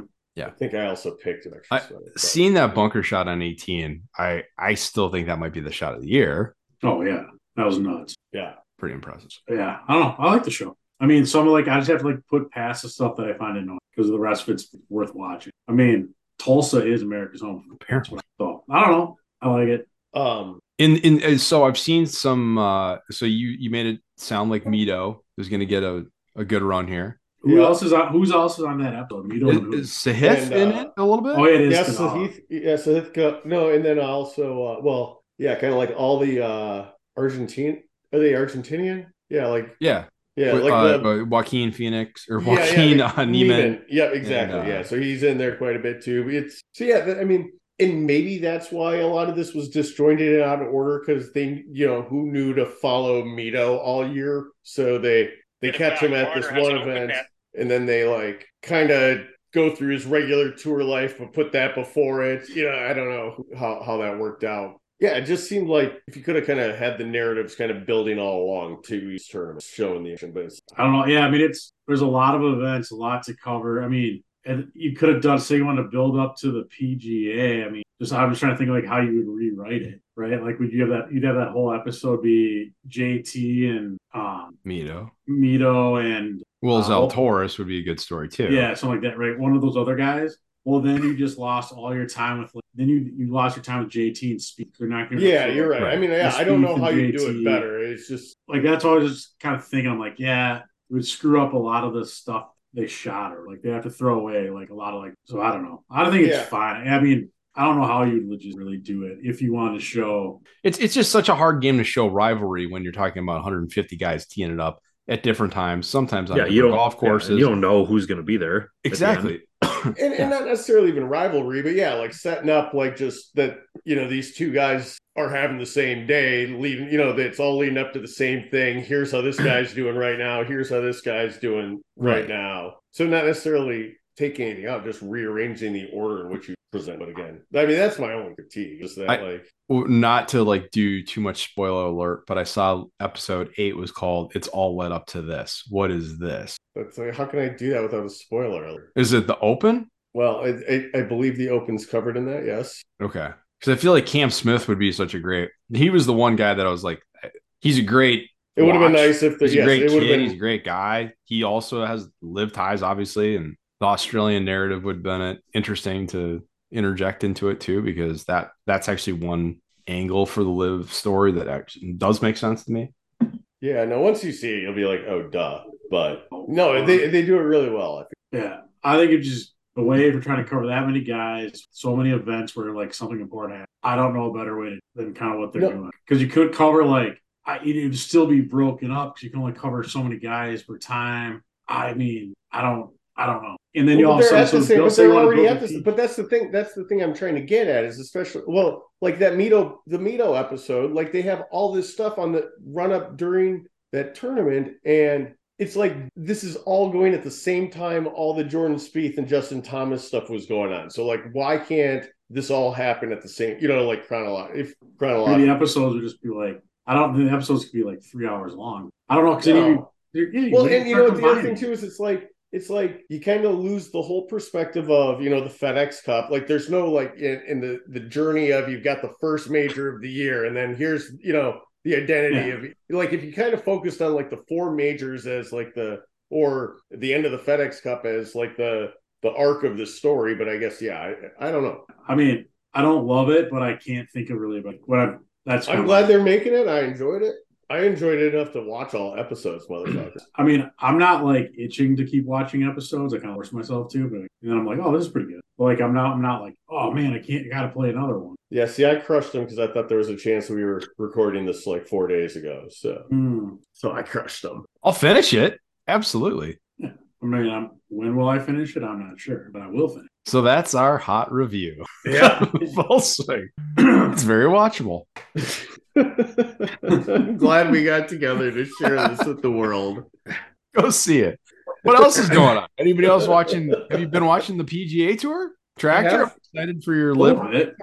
Speaker 3: Mhm.
Speaker 1: I think I also picked it. Actually,
Speaker 2: I-
Speaker 1: so-
Speaker 2: seeing that bunker shot on 18 i i still think that might be the shot of the year
Speaker 3: Oh yeah. That was nuts.
Speaker 1: yeah.
Speaker 2: pretty impressive
Speaker 3: Yeah. I don't know. I like the show. I mean, some of like I just have to like put past the stuff that I find annoying because the rest of it's worth watching. I mean, Tulsa is America's home.
Speaker 2: Apparently.
Speaker 3: So I don't know. I like it.
Speaker 1: Um,
Speaker 2: In in uh, so I've seen some. uh So you you made it sound like Mito is going to get a a good run here.
Speaker 3: Who
Speaker 1: Yeah.
Speaker 3: else is on? Who's else is on that episode? Mito
Speaker 2: Is,
Speaker 3: and who?
Speaker 2: is Sahith
Speaker 1: And,
Speaker 2: in
Speaker 1: uh,
Speaker 2: it a little bit?
Speaker 3: oh yeah, it is.
Speaker 1: yeah, so
Speaker 3: Kanawha.
Speaker 1: Heath, yeah, so Heath, Go- no, and then also, uh, well, yeah, kind of like all the uh Argentine, are they Argentinian? Yeah, like
Speaker 2: yeah.
Speaker 1: yeah,
Speaker 2: With,
Speaker 1: like
Speaker 2: uh,
Speaker 1: the,
Speaker 2: uh, Joaquin Phoenix or
Speaker 1: Yeah, yeah,
Speaker 2: Joaquin
Speaker 1: like
Speaker 2: uh, Neiman.
Speaker 1: Yeah, exactly.
Speaker 2: And, uh,
Speaker 1: yeah, so he's in there quite a bit too. But it's so yeah. th- I mean, and maybe that's why a lot of this was disjointed and out of order because they, you know, who knew to follow Mito all year, so they they
Speaker 5: And
Speaker 1: catch
Speaker 5: now
Speaker 1: him at this
Speaker 5: Marner has
Speaker 1: one
Speaker 5: an open
Speaker 1: event,
Speaker 5: net.
Speaker 1: and then they like kind of go through his regular tour life, but put that before it. You know, I don't know how how that worked out. Yeah, it just seemed like if you could have kind of had the narratives kind of building all along to each tournament, showing the action, but it's
Speaker 3: I don't know. Yeah, I mean, it's there's a lot of events, a lot to cover. I mean, and you could have done say you want to build up to the PGA. I mean, just I'm just trying to think like how you would rewrite it, right? Like, would you have that? You'd have that whole episode be JT and um,
Speaker 2: Mito.
Speaker 3: Mito and
Speaker 2: Well,
Speaker 3: Uh,
Speaker 2: Zalatoris would be a good story too.
Speaker 3: yeah, something like that, right? One of those other guys. Well, then you just lost all your time with like, then you you lost your time with JT and Speak. They're not going.
Speaker 1: Yeah, you're right. I
Speaker 2: Right.
Speaker 1: mean, yeah,
Speaker 3: Just
Speaker 1: I don't know
Speaker 3: beef
Speaker 1: how
Speaker 3: and
Speaker 1: you do
Speaker 3: JT.
Speaker 1: it better. It's just
Speaker 3: like that's what I was just kind of thinking. I'm like, yeah, it would screw up a lot of the stuff they shot or like they have to throw away like a lot of like. So I don't know. I don't think it's
Speaker 1: Yeah.
Speaker 3: fine. I mean, I don't know how you would just really do it if you want to show.
Speaker 2: It's it's just such a hard game to show rivalry when you're talking about 150 guys teeing it up at different times, sometimes on
Speaker 4: yeah, you
Speaker 2: different
Speaker 4: don't
Speaker 2: golf
Speaker 4: yeah,
Speaker 2: courses.
Speaker 4: you don't know who's going to be there. at the end.
Speaker 2: exactly.
Speaker 1: and, and not necessarily even rivalry, but yeah, like setting up like just that you know these two guys are having the same day, leading you know that it's all leading up to the same thing. Here's how this guy's doing right now. Here's how this guy's doing right,
Speaker 2: Right.
Speaker 1: now. So not necessarily taking anything out, just rearranging the order in which you present it again. I mean, that's my only critique. Is that
Speaker 2: I-
Speaker 1: like
Speaker 2: Well, Not to like do too much spoiler alert, but I saw episode eight was called "It's All Led Up to This." What is this?
Speaker 1: that's like how can I do that without a spoiler alert?
Speaker 2: Is it the Open?
Speaker 1: Well, I, I, I believe the Open's covered in that. Yes.
Speaker 2: Okay. Because I feel like Cam Smith would be such a great. He was the one guy that I was like, eh, he's a great.
Speaker 1: It would have been
Speaker 2: watch.
Speaker 1: nice if the
Speaker 2: He's
Speaker 1: yes,
Speaker 2: a great
Speaker 1: it
Speaker 2: kid.
Speaker 1: would have
Speaker 2: He's a
Speaker 1: been
Speaker 2: great guy. He also has live ties, obviously, and the Australian narrative would have been uh, interesting to interject into it too, because that that's actually one angle for the live story that actually does make sense to me.
Speaker 1: yeah. No, once you see it, you'll be like, oh duh. But no,
Speaker 2: Oh.
Speaker 1: they they do it really well. I think.
Speaker 3: Yeah, I think it just the way for trying to cover that many guys, so many events where like something important happened. I don't know a better way to, than kind of what they're
Speaker 1: No.
Speaker 3: doing because you could cover like I, it would still be broken up because you can only cover so many guys per time. I mean, I don't, I don't know. And then you
Speaker 1: Well, but
Speaker 3: also
Speaker 1: they're at
Speaker 3: so
Speaker 1: the same,
Speaker 3: they'll
Speaker 1: but
Speaker 3: say
Speaker 1: they're
Speaker 3: wanna
Speaker 1: already
Speaker 3: build
Speaker 1: at
Speaker 3: a
Speaker 1: this.
Speaker 3: team.
Speaker 1: But that's the thing. That's the thing I'm trying to get at is especially well, like that Mito the Mito episode. Like they have all this stuff on the run up during that tournament, and it's like this is all going at the same time. All the Jordan Spieth and Justin Thomas stuff was going on. So like, why can't this all happen at the same? You know, like chronological. If
Speaker 3: Or
Speaker 1: chronological.
Speaker 3: the episodes would just be like I don't. think The episodes could be like three hours long. I don't know because
Speaker 1: No.
Speaker 3: you,
Speaker 1: well and you know what the other thing
Speaker 3: combining.
Speaker 1: too is it's like it's like you kind of lose the whole perspective of you know the fedex cup like there's no like in, in the the journey of you've got the first major of the year and then here's you know the identity
Speaker 3: Yeah.
Speaker 1: of like if you kind of focused on like the four majors as like the or the end of the fedex cup as like the the arc of the story but i guess yeah i, I don't know
Speaker 3: I mean, I don't love it, but I can't think of really about what I'm. That's
Speaker 1: i'm
Speaker 3: kinda-
Speaker 1: glad they're making it i enjoyed it i enjoyed it enough to watch all episodes motherfucker
Speaker 3: I mean, I'm not like itching to keep watching episodes. I kind of force myself to, but and then I'm like, oh, this is pretty good. But, like I'm not, I'm not like, oh man, I can't, I gotta play another one.
Speaker 1: Yeah, see, I crushed them because I thought there was a chance we were recording this like four days ago. So,
Speaker 3: Hmm.
Speaker 1: so I crushed them.
Speaker 2: I'll finish it. Absolutely.
Speaker 3: I mean, I'm, when will I finish it? I'm not sure, but I will finish.
Speaker 2: So that's our hot review.
Speaker 1: Yeah,
Speaker 2: Full swing. it's very watchable.
Speaker 1: I'm glad we got together to share this with the world.
Speaker 2: Go see it. What else is going on? Anybody else watching? Have you been watching the PGA Tour? Tractor?
Speaker 1: have.
Speaker 2: Excited for your
Speaker 3: Live
Speaker 2: live
Speaker 3: with it?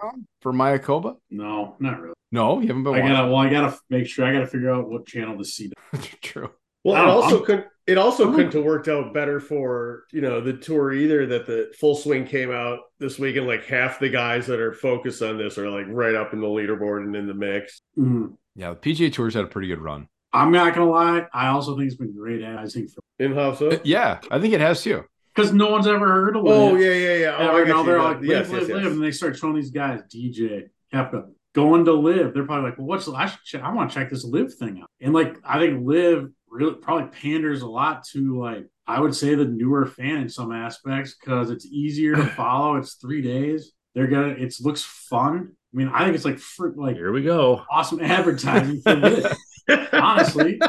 Speaker 2: for Mayakoba?
Speaker 3: No, not really.
Speaker 2: No, you haven't been
Speaker 3: I
Speaker 2: watching.
Speaker 3: gotta, well, I gotta make sure. I gotta figure out what channel to see.
Speaker 2: True.
Speaker 1: Well,
Speaker 3: I
Speaker 1: it
Speaker 3: don't-
Speaker 1: also couldn't. It also
Speaker 3: I'm-
Speaker 1: couldn't have worked out better for you know the tour either. That the full swing came out this week, and like half the guys that are focused on this are like right up in the leaderboard and in the mix.
Speaker 3: Hmm.
Speaker 2: Yeah, the PGA Tour's had a pretty good run.
Speaker 3: I'm not gonna lie. I also think it's been great advertising
Speaker 1: In house, so?
Speaker 2: Yeah, I think it has too.
Speaker 3: because no one's ever heard of it.
Speaker 1: Oh yeah, yeah, yeah. Oh,
Speaker 3: And
Speaker 1: I
Speaker 3: right
Speaker 1: got
Speaker 3: now
Speaker 1: you.
Speaker 3: they're
Speaker 1: Yeah.
Speaker 3: like, live,
Speaker 1: yes,
Speaker 3: live,
Speaker 1: yes, yes.
Speaker 3: live, and they start showing these guys DJ Kepka, going to live. They're probably like, well, what's I should check, I want to check this live thing out. And like I think live really probably panders a lot to like I would say the newer fan in some aspects because it's easier to follow. It's three days. They're gonna. It looks fun. I mean, I think it's like fr- like
Speaker 4: Here we go.
Speaker 3: awesome advertising for live. Honestly,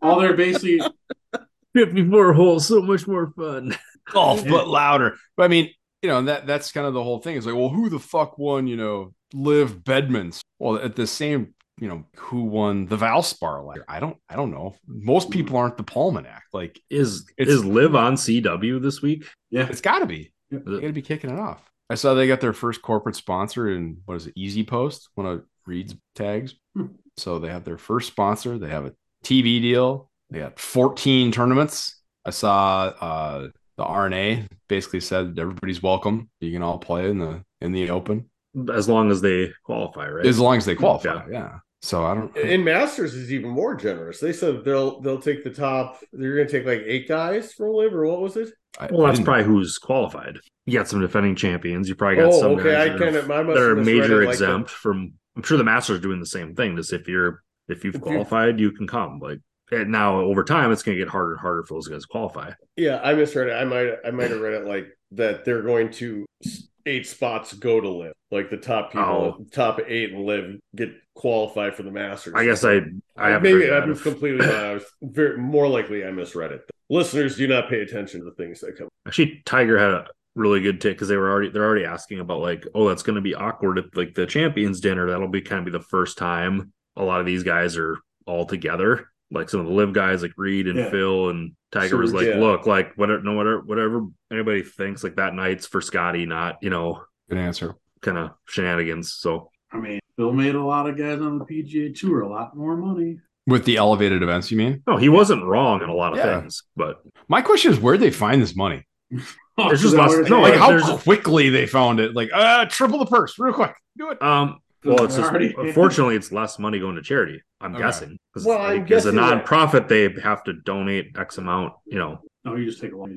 Speaker 3: all they're basically
Speaker 4: 54 holes, so much more fun.
Speaker 2: golf
Speaker 3: Yeah.
Speaker 2: but louder. But I mean, you know, and that that's kind of the whole thing. It's like, well, who the fuck won, you know, Liv Bedmans? Well, at the same, you know, who won the Valspar last year? I don't I don't know. Most people aren't the Palmanac. Like
Speaker 4: Is
Speaker 2: It's-
Speaker 4: is live on CW this week?
Speaker 3: yeah.
Speaker 2: it's gotta be. They gotta be kicking it off. I saw they got their first corporate sponsor in what is it, Easy Post, one of Reed's tags.
Speaker 3: Hmm.
Speaker 2: So they have their first sponsor. They have a TV deal. They got 14 tournaments. I saw uh, the RNA basically said everybody's welcome. You can all play in the in the open
Speaker 4: As long as they qualify, right?
Speaker 2: as long as they qualify.
Speaker 4: Yeah.
Speaker 2: Yeah. So I don't.
Speaker 1: And Masters is even more generous. They said they'll they'll take the top. They're going to take like eight guys from live or what was it?
Speaker 2: I,
Speaker 4: well,
Speaker 2: I
Speaker 4: that's
Speaker 2: didn't-
Speaker 4: probably who's qualified. You got some defending champions. You probably got
Speaker 1: Oh,
Speaker 4: some
Speaker 1: okay,
Speaker 4: guys
Speaker 1: I
Speaker 4: that are-
Speaker 1: kinda- I must
Speaker 4: that are
Speaker 1: have misread
Speaker 4: major
Speaker 1: it like
Speaker 4: exempt from. I'm sure the Masters are doing the same thing. Just if you're if you've
Speaker 1: If you-
Speaker 4: qualified, you can come. Like and now over time, it's going to get harder and harder for those guys to qualify.
Speaker 1: Yeah, I misread it. I might I might have read it like that. They're going to eight spots go to live. Like the top people, top eight and live get qualified for the Masters.
Speaker 4: Oh. I guess I I haven't
Speaker 1: maybe
Speaker 4: heard
Speaker 1: I'm
Speaker 4: that.
Speaker 1: completely. wrong. I was very more likely I misread it. Listeners, do not pay attention to the things that come.
Speaker 4: Actually, Tiger had a really good take because they were already they're already asking about like, oh, that's going to be awkward at like the Champions Dinner. That'll be kind of be the first time a lot of these guys are all together. Like some of the live guys, like Reed and
Speaker 3: Yeah.
Speaker 4: Phil and Tiger was
Speaker 1: Sure,
Speaker 4: like,
Speaker 1: yeah.
Speaker 4: look, like whatever, no whatever, whatever anybody thinks, like that night's for Scotty, not you know,
Speaker 2: good answer.
Speaker 4: kind of shenanigans. So
Speaker 3: I mean, Bill made a lot of guys on the PGA Tour a lot more money.
Speaker 2: With the elevated events, you mean?
Speaker 4: no, he wasn't wrong in a lot of
Speaker 2: Yeah.
Speaker 4: things, but
Speaker 2: My question is, where'd they find this money?
Speaker 4: It's just less-
Speaker 3: It's
Speaker 4: no,
Speaker 2: Like
Speaker 4: if
Speaker 2: how
Speaker 4: there's-
Speaker 2: quickly they found it? Like, uh, triple the purse, real quick. Do it.
Speaker 4: um, Well, it's just,
Speaker 3: already-
Speaker 4: unfortunately, it's less money going to charity. I'm
Speaker 2: Okay.
Speaker 4: guessing because
Speaker 1: Well, I'm
Speaker 4: like, as a
Speaker 1: guessing that-
Speaker 4: nonprofit, they have to donate X amount. You know,
Speaker 3: No, you just take a long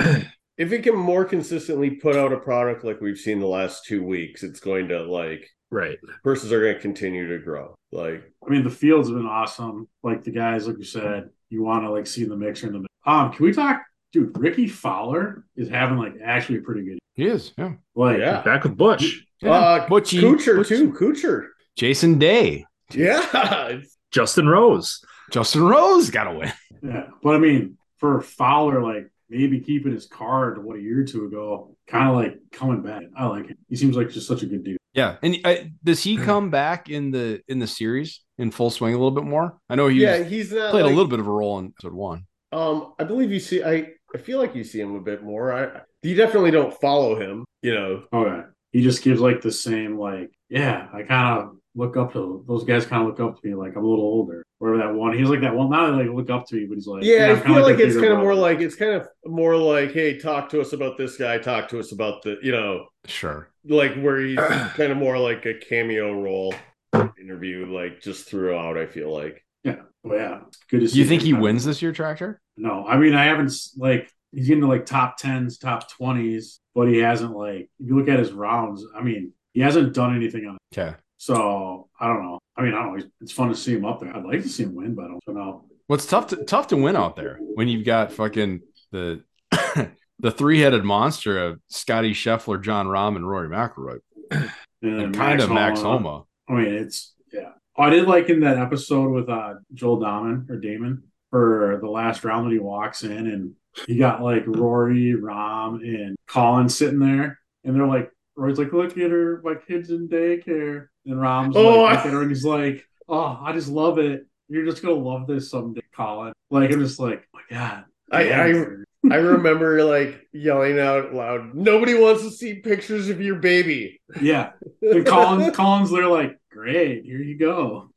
Speaker 3: anyway.
Speaker 1: If it can more consistently put out a product like we've seen the last two weeks, it's going to like
Speaker 4: right?
Speaker 1: purses are going to continue to grow. Like
Speaker 3: I mean, the field's been awesome. Like the guys, like you said, you want to like see in the mixer in the. Um, can we talk, dude? Ricky Fowler is having like actually a pretty good.
Speaker 2: He is, yeah.
Speaker 3: Like,
Speaker 1: Yeah.
Speaker 4: Back with Butch,
Speaker 1: Uh,
Speaker 2: Butchie,
Speaker 1: Kucher
Speaker 2: Butch-
Speaker 1: too, Kucher.
Speaker 2: Jason Day,
Speaker 1: Yeah, it's-
Speaker 4: Justin Rose.
Speaker 2: Justin Rose got to win.
Speaker 3: yeah. But I mean, for Fowler, like maybe keeping his card what a year or two ago, kind of like coming back. I like it. He seems like just such a good dude.
Speaker 2: Yeah, and uh, does he come back in the in the series in full swing a little bit more? I know he
Speaker 1: yeah.
Speaker 2: was-
Speaker 1: He's not
Speaker 2: played a
Speaker 1: like-
Speaker 2: little bit of a role in episode one.
Speaker 1: Um, I believe you see. I I feel like you see him a bit more. I you definitely don't follow him. You know,
Speaker 3: Okay. He just gives like the same like, yeah, I kind of look up to those guys. Kind of look up to me. Like I'm a little older. Whatever that one. He's like that one. Not like look up to me, but he's like,
Speaker 1: yeah. I
Speaker 3: I'm kinda
Speaker 1: feel like
Speaker 3: their
Speaker 1: it's
Speaker 3: bigger
Speaker 1: kind of more
Speaker 3: brother.
Speaker 1: like it's kind of more like, hey, talk to us about this guy. Talk to us about the, you know,
Speaker 2: Sure.
Speaker 1: like where he's kind of more like a cameo role interview, like just throughout. I feel like
Speaker 3: But yeah, good to see.
Speaker 2: Do you think he
Speaker 3: him.
Speaker 2: wins this year, Tractor?
Speaker 3: No, I mean I haven't s- like he's getting to like top tens, top twenties, but he hasn't like if you look at his rounds. I mean he hasn't done anything on it,
Speaker 2: Okay.
Speaker 3: so I don't know. I mean I don't know. It's fun to see him up there. I'd like to see him win, but I don't know.
Speaker 2: What's tough to tough to win out there when you've got fucking the the three headed monster of Scotty Scheffler, John Rahm, and Rory McIlroy,
Speaker 3: And, uh,
Speaker 2: and kind of Max
Speaker 3: Homa.
Speaker 2: Homa.
Speaker 3: I mean it's yeah. Oh, I did like in that episode with uh Joel Damon or Damon for the last round that he walks in and he got like Rory, Rom, and Colin sitting there, and they're like, Roy's like, look at her, my kid's in daycare, and Rom's
Speaker 1: Oh,
Speaker 3: like,
Speaker 1: I-
Speaker 3: look at her, and he's like, oh, I just love it. You're just gonna love this someday, Colin. Like I'm just like, oh my god.
Speaker 1: I I, I remember like yelling out loud, nobody wants to see pictures of your baby.
Speaker 3: yeah. And Colin, Colin's they're like, great, here you go.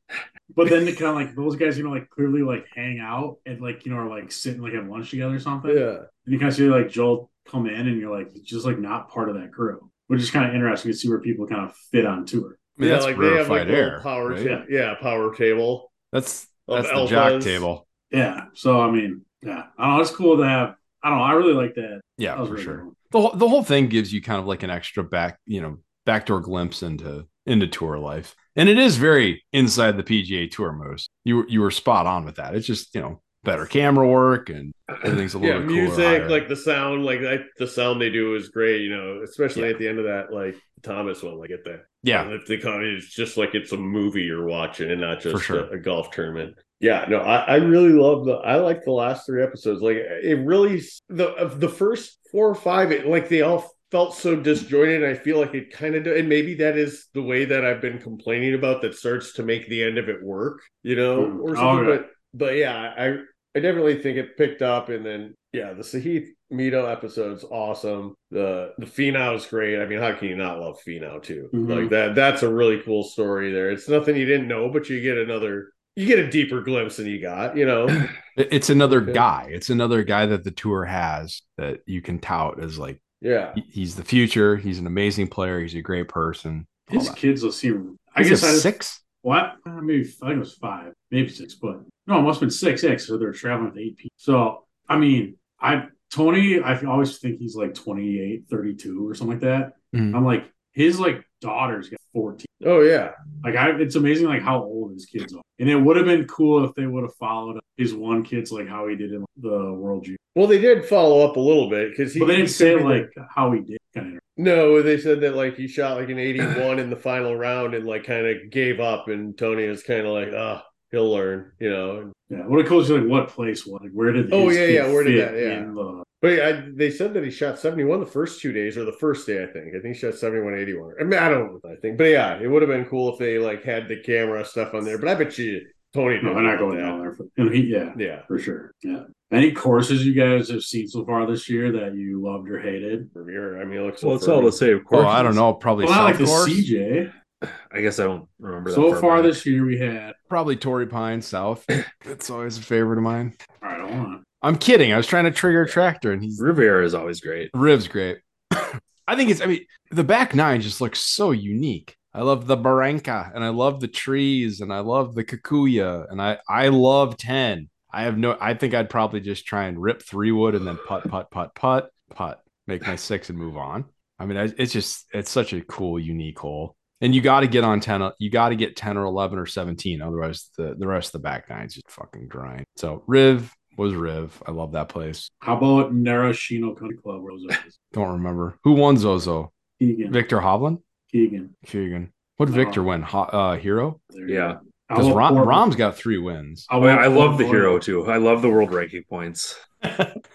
Speaker 3: But then they kind of like those guys, you know, like clearly like hang out and like you know are like sitting like have lunch together or something.
Speaker 1: yeah.
Speaker 3: And you kind of see like Joel come in and you're like he's just like not part of that crew, which is kind of interesting to see where people kind of fit on tour.
Speaker 2: I mean,
Speaker 1: yeah,
Speaker 2: that's rarefied
Speaker 1: little
Speaker 2: air,
Speaker 1: power
Speaker 2: right?
Speaker 1: ta- yeah, power table.
Speaker 2: That's
Speaker 1: of
Speaker 2: that's the jock
Speaker 1: alphas.
Speaker 2: table.
Speaker 3: Yeah. So I mean, yeah, I don't know. It's cool to have. I don't know. I really like that.
Speaker 2: Yeah,
Speaker 3: That was
Speaker 2: for
Speaker 3: really
Speaker 2: sure.
Speaker 3: cool.
Speaker 2: the whole, the whole thing gives you kind of like an extra back you know backdoor glimpse into into tour life. And it is very inside the PGA tour moves. You were you were spot on with that. It's just, you know, better camera work and everything's a little
Speaker 1: yeah,
Speaker 2: bit cooler,
Speaker 1: music,
Speaker 2: higher.
Speaker 1: like the sound, like I, the sound they do is great. You know, especially
Speaker 2: Yeah.
Speaker 1: at the end of that, like Thomas one, like at the
Speaker 2: yeah,
Speaker 1: If they call it, it's just like it's a movie you're watching and not
Speaker 2: For
Speaker 1: just
Speaker 2: sure.
Speaker 1: a, a golf tournament. Yeah, no, I, I really love the. I like the last three episodes. Like it really the of the first four or five. It, like they all felt so disjointed. And I feel like it kind of. And maybe that is the way that I've been complaining about that starts to make the end of it work. You know,
Speaker 2: Hmm.
Speaker 3: Mm.
Speaker 1: or something.
Speaker 3: Oh, yeah.
Speaker 1: But but yeah, I I definitely think it picked up, and then yeah, the Sahith Mito episode's awesome. The the Finau is great. I mean, how can you not love Finau too?
Speaker 3: Mhm.
Speaker 1: Like that. That's a really cool story there. It's nothing you didn't know, but you get another, you get a deeper glimpse than you got. You know,
Speaker 2: It- it's another
Speaker 1: Yeah.
Speaker 2: guy. It's another guy that the tour has that you can tout as like
Speaker 1: yeah.
Speaker 2: he- he's the future. He's an amazing player. He's a great person. all
Speaker 3: His
Speaker 2: that.
Speaker 3: kids will see. I
Speaker 2: He's
Speaker 3: guess
Speaker 2: a
Speaker 3: I
Speaker 2: six.
Speaker 3: what Uh, maybe I think it was five, maybe six, but no, it must have been six. Yeah, so they're traveling with eight people. So I mean, I Tony, I always think he's like 28, 32 or something like that.
Speaker 2: Mhm.
Speaker 3: I'm like his like daughter's got 14.
Speaker 1: Oh yeah.
Speaker 3: Like I, it's amazing like how old his kids are. And it would have been cool if they would have followed his one kid's like how he did in the World Junior.
Speaker 1: Well, they did follow up a little bit because he.
Speaker 3: But they didn't
Speaker 1: he
Speaker 3: say
Speaker 1: could be
Speaker 3: like how he did kind of.
Speaker 1: No, they said that like he shot like an 81 in the final round and like kind of gave up, and Tony was kind of like, ah, he'll learn, you know. And
Speaker 3: Yeah, what it goes to like what place, what like where did
Speaker 1: Oh,
Speaker 3: his
Speaker 1: yeah,
Speaker 3: kid
Speaker 1: yeah, where did
Speaker 3: fit
Speaker 1: that- yeah.
Speaker 3: in the
Speaker 1: But I, they said that he shot 71 the first two days or the first day, I think. I think he shot 71, 81. I mean, I don't know, I think. But yeah, it would have been cool if they like had the camera stuff on there. But I bet you Tony
Speaker 3: no,
Speaker 1: didn't
Speaker 3: they're not
Speaker 1: want
Speaker 3: going down there for you know, he, yeah.
Speaker 1: that. Yeah.
Speaker 3: For sure. Yeah. Any courses you guys have seen so far this year that you loved or hated?
Speaker 1: Revere. I mean, it looks
Speaker 4: Well, it's all the same.
Speaker 2: Oh, I don't know. Probably
Speaker 3: Well, not like
Speaker 2: South
Speaker 3: the
Speaker 2: Course.
Speaker 3: CJ.
Speaker 4: I guess I don't remember.
Speaker 3: So
Speaker 4: that
Speaker 3: far
Speaker 4: back.
Speaker 3: this year, we had.
Speaker 2: Probably Torrey Pine South. That's always a favorite of mine.
Speaker 3: All right, hold on.
Speaker 2: I'm kidding. I was trying to trigger a tractor, and he's
Speaker 4: Riviera is always great.
Speaker 2: Riv's great. I think it's. I mean, the back nine just looks so unique. I love the barranca, and I love the trees, and I love the kikuya, and I I love ten. I have no. I think I'd probably just try and rip three wood and then putt putt putt putt putt, make my six and move on. I mean, I- it's just it's such a cool, unique hole, and you got to get on ten. You got to get ten or eleven or seventeen, otherwise the the rest of the back nine's just fucking grind. So Riv was Riv. I love that place.
Speaker 3: How about Narashino Country Club? Where was that?
Speaker 2: Don't remember who won Zozo.
Speaker 3: Keegan.
Speaker 2: Victor Hovland,
Speaker 3: Keegan.
Speaker 2: Keegan. What did
Speaker 3: No.
Speaker 2: Victor win? Ho- uh, hero?
Speaker 3: There you
Speaker 4: Yeah,
Speaker 3: go. How
Speaker 2: Because
Speaker 3: about
Speaker 2: Rom-
Speaker 3: Portland?
Speaker 2: Rom's got three wins.
Speaker 3: How
Speaker 4: I,
Speaker 3: about
Speaker 4: I love the
Speaker 3: Portland?
Speaker 4: hero too. I love the world ranking points.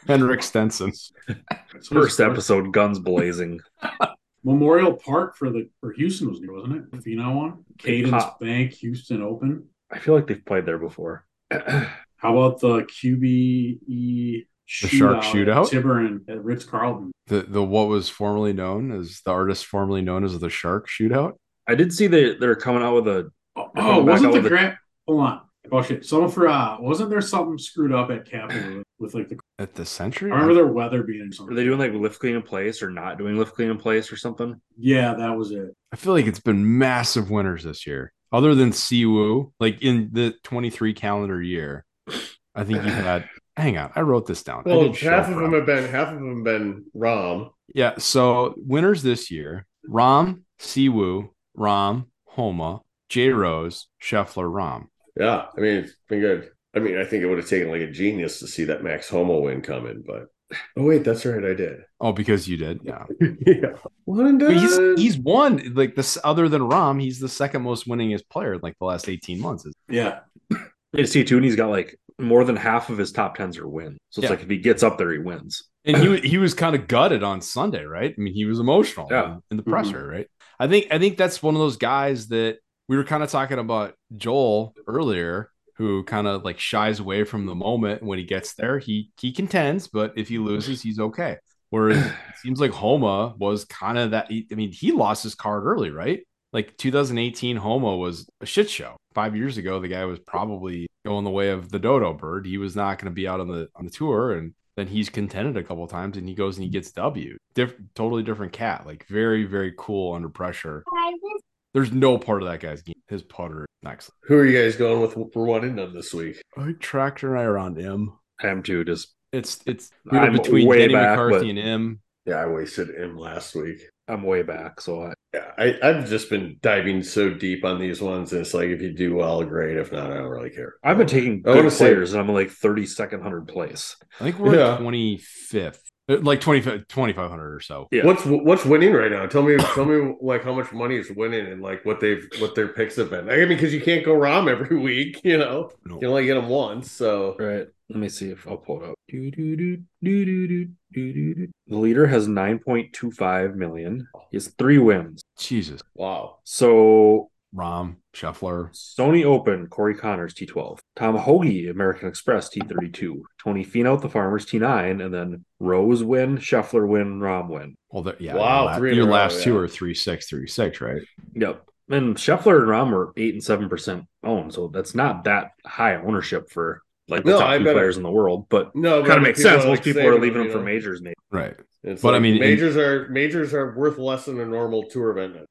Speaker 2: Henrik Stenson.
Speaker 3: That's what it's-
Speaker 4: First episode, guns blazing.
Speaker 3: Memorial Park for the for Houston was good, wasn't it? The Phenom one.
Speaker 4: Big
Speaker 3: Cadence
Speaker 4: pop.
Speaker 3: Bank, Houston Open.
Speaker 4: I feel like they've played there before.
Speaker 3: How about the QBE shootout?
Speaker 2: Shark
Speaker 3: at
Speaker 2: Shootout?
Speaker 3: Tiburon at Ritz Carlton.
Speaker 2: The the what was formerly known as the artist formerly known as the Shark Shootout.
Speaker 4: I did see they they're coming out with a
Speaker 3: Oh,
Speaker 4: They're
Speaker 3: oh,
Speaker 4: coming back
Speaker 3: wasn't
Speaker 4: out
Speaker 3: the
Speaker 4: with the-
Speaker 3: grant? Hold on. Oh shit. Someone for uh, wasn't there something screwed up at Capitol with, with like the?
Speaker 2: At the
Speaker 3: I
Speaker 2: century?
Speaker 3: remember their weather being
Speaker 4: Are
Speaker 3: something.
Speaker 4: they doing like lift clean in place or not doing lift clean in place or something?
Speaker 3: Yeah, that was it.
Speaker 2: I feel like it's been massive winners this year. Other than Siwoo, like in the 23 calendar year, I think you had hang on, I wrote this down. I
Speaker 1: Well,
Speaker 2: didn't show
Speaker 1: half of
Speaker 2: for
Speaker 1: them have been half of them have been Rom.
Speaker 2: Yeah, so winners this year Rom, Siwoo, Rom, Homa, J Rose, Scheffler, Rom.
Speaker 1: Yeah, I mean it's been good. I mean, I think it would have taken like a genius to see that Max Homo win coming, but oh wait, that's right, I did.
Speaker 2: Oh, because you did. Yeah.
Speaker 1: yeah, one and
Speaker 2: But he's
Speaker 1: done.
Speaker 2: he's won like this other than Rom, he's the second most winningest player in like the last 18 months.
Speaker 3: Yeah,
Speaker 4: They see too, and he's got like more than half of his top tens are wins. So it's
Speaker 2: Yeah.
Speaker 4: like if he gets up there, he wins.
Speaker 2: And he wa- he was kind of gutted on Sunday, right? I mean, he was emotional
Speaker 4: Yeah.
Speaker 2: in the
Speaker 3: Mhm.
Speaker 2: presser, right? I think I think that's one of those guys that we were kind of talking about Joel earlier, who kind of like shies away from the moment when he gets there. He he contends, but if he loses, he's okay. Whereas it seems like Homa was kind of that. I mean, he lost his card early, right? Like 2018, Homa was a shit show. Five years ago, the guy was probably going the way of the dodo bird. He was not going to be out on the on the tour, and then he's contended a couple times, and he goes and he gets W. Diff- totally different cat. Like very very cool under pressure. There's no part of that guy's game. His putter is next.
Speaker 1: Who are you guys going with for one and done this week?
Speaker 2: I think Tractor and I are on M.
Speaker 4: I am too. Just
Speaker 2: It's it's we were
Speaker 4: I'm
Speaker 2: between
Speaker 4: way
Speaker 2: Danny
Speaker 4: back,
Speaker 2: McCarthy and
Speaker 4: but-
Speaker 2: M.
Speaker 1: Yeah, I wasted him last week.
Speaker 4: I'm way back, so I,
Speaker 1: Yeah, I, I've just been diving so deep on these ones, and it's like if you do well, great. If not, I don't really care.
Speaker 4: I've been taking
Speaker 1: I wanna
Speaker 4: good
Speaker 1: say-
Speaker 4: players, and I'm in like 32nd hundred place.
Speaker 2: I think we're
Speaker 1: Yeah.
Speaker 2: at 25th, Uh, like 25 2500 or so.
Speaker 4: Yeah.
Speaker 1: What's what's winning right now? Tell me, tell me, like how much money is winning and like what they've what their picks have been. I mean, because you can't go rom every week, you know.
Speaker 2: No.
Speaker 1: You can only get them once, so
Speaker 4: Right. Let me see if I'll pull it up. Do, do, do, do, do, do, do, do, do. The leader has 9.25 million. He has three wins.
Speaker 2: Jesus.
Speaker 1: wow.
Speaker 4: So
Speaker 2: Rom, Scheffler.
Speaker 4: Sony Open, Corey Connors T12, Tom Hoagie, American Express T32, Tony Finau, the Farmers T9, and then Rose win, Scheffler win, Rom win.
Speaker 2: Well, that- yeah.
Speaker 1: Wow,
Speaker 2: Your la-
Speaker 1: three in a
Speaker 2: your
Speaker 1: row,
Speaker 2: last two
Speaker 1: yeah.
Speaker 2: are three six, three six, right?
Speaker 4: Yep. And Scheffler and Rom are eight and seven percent owned, so that's not that high ownership for like the
Speaker 1: No,
Speaker 4: top
Speaker 1: I
Speaker 4: two
Speaker 1: bet it-
Speaker 4: players in the world, but
Speaker 1: No,
Speaker 4: kind of makes sense. Most
Speaker 1: like,
Speaker 4: people
Speaker 1: saving
Speaker 4: are
Speaker 1: them,
Speaker 4: leaving them
Speaker 1: you
Speaker 4: for
Speaker 1: know?
Speaker 4: majors. Maybe.
Speaker 2: Right.
Speaker 1: It's
Speaker 2: But, I
Speaker 1: like
Speaker 2: mean, in-
Speaker 1: majors are majors are worth less than a normal tour event.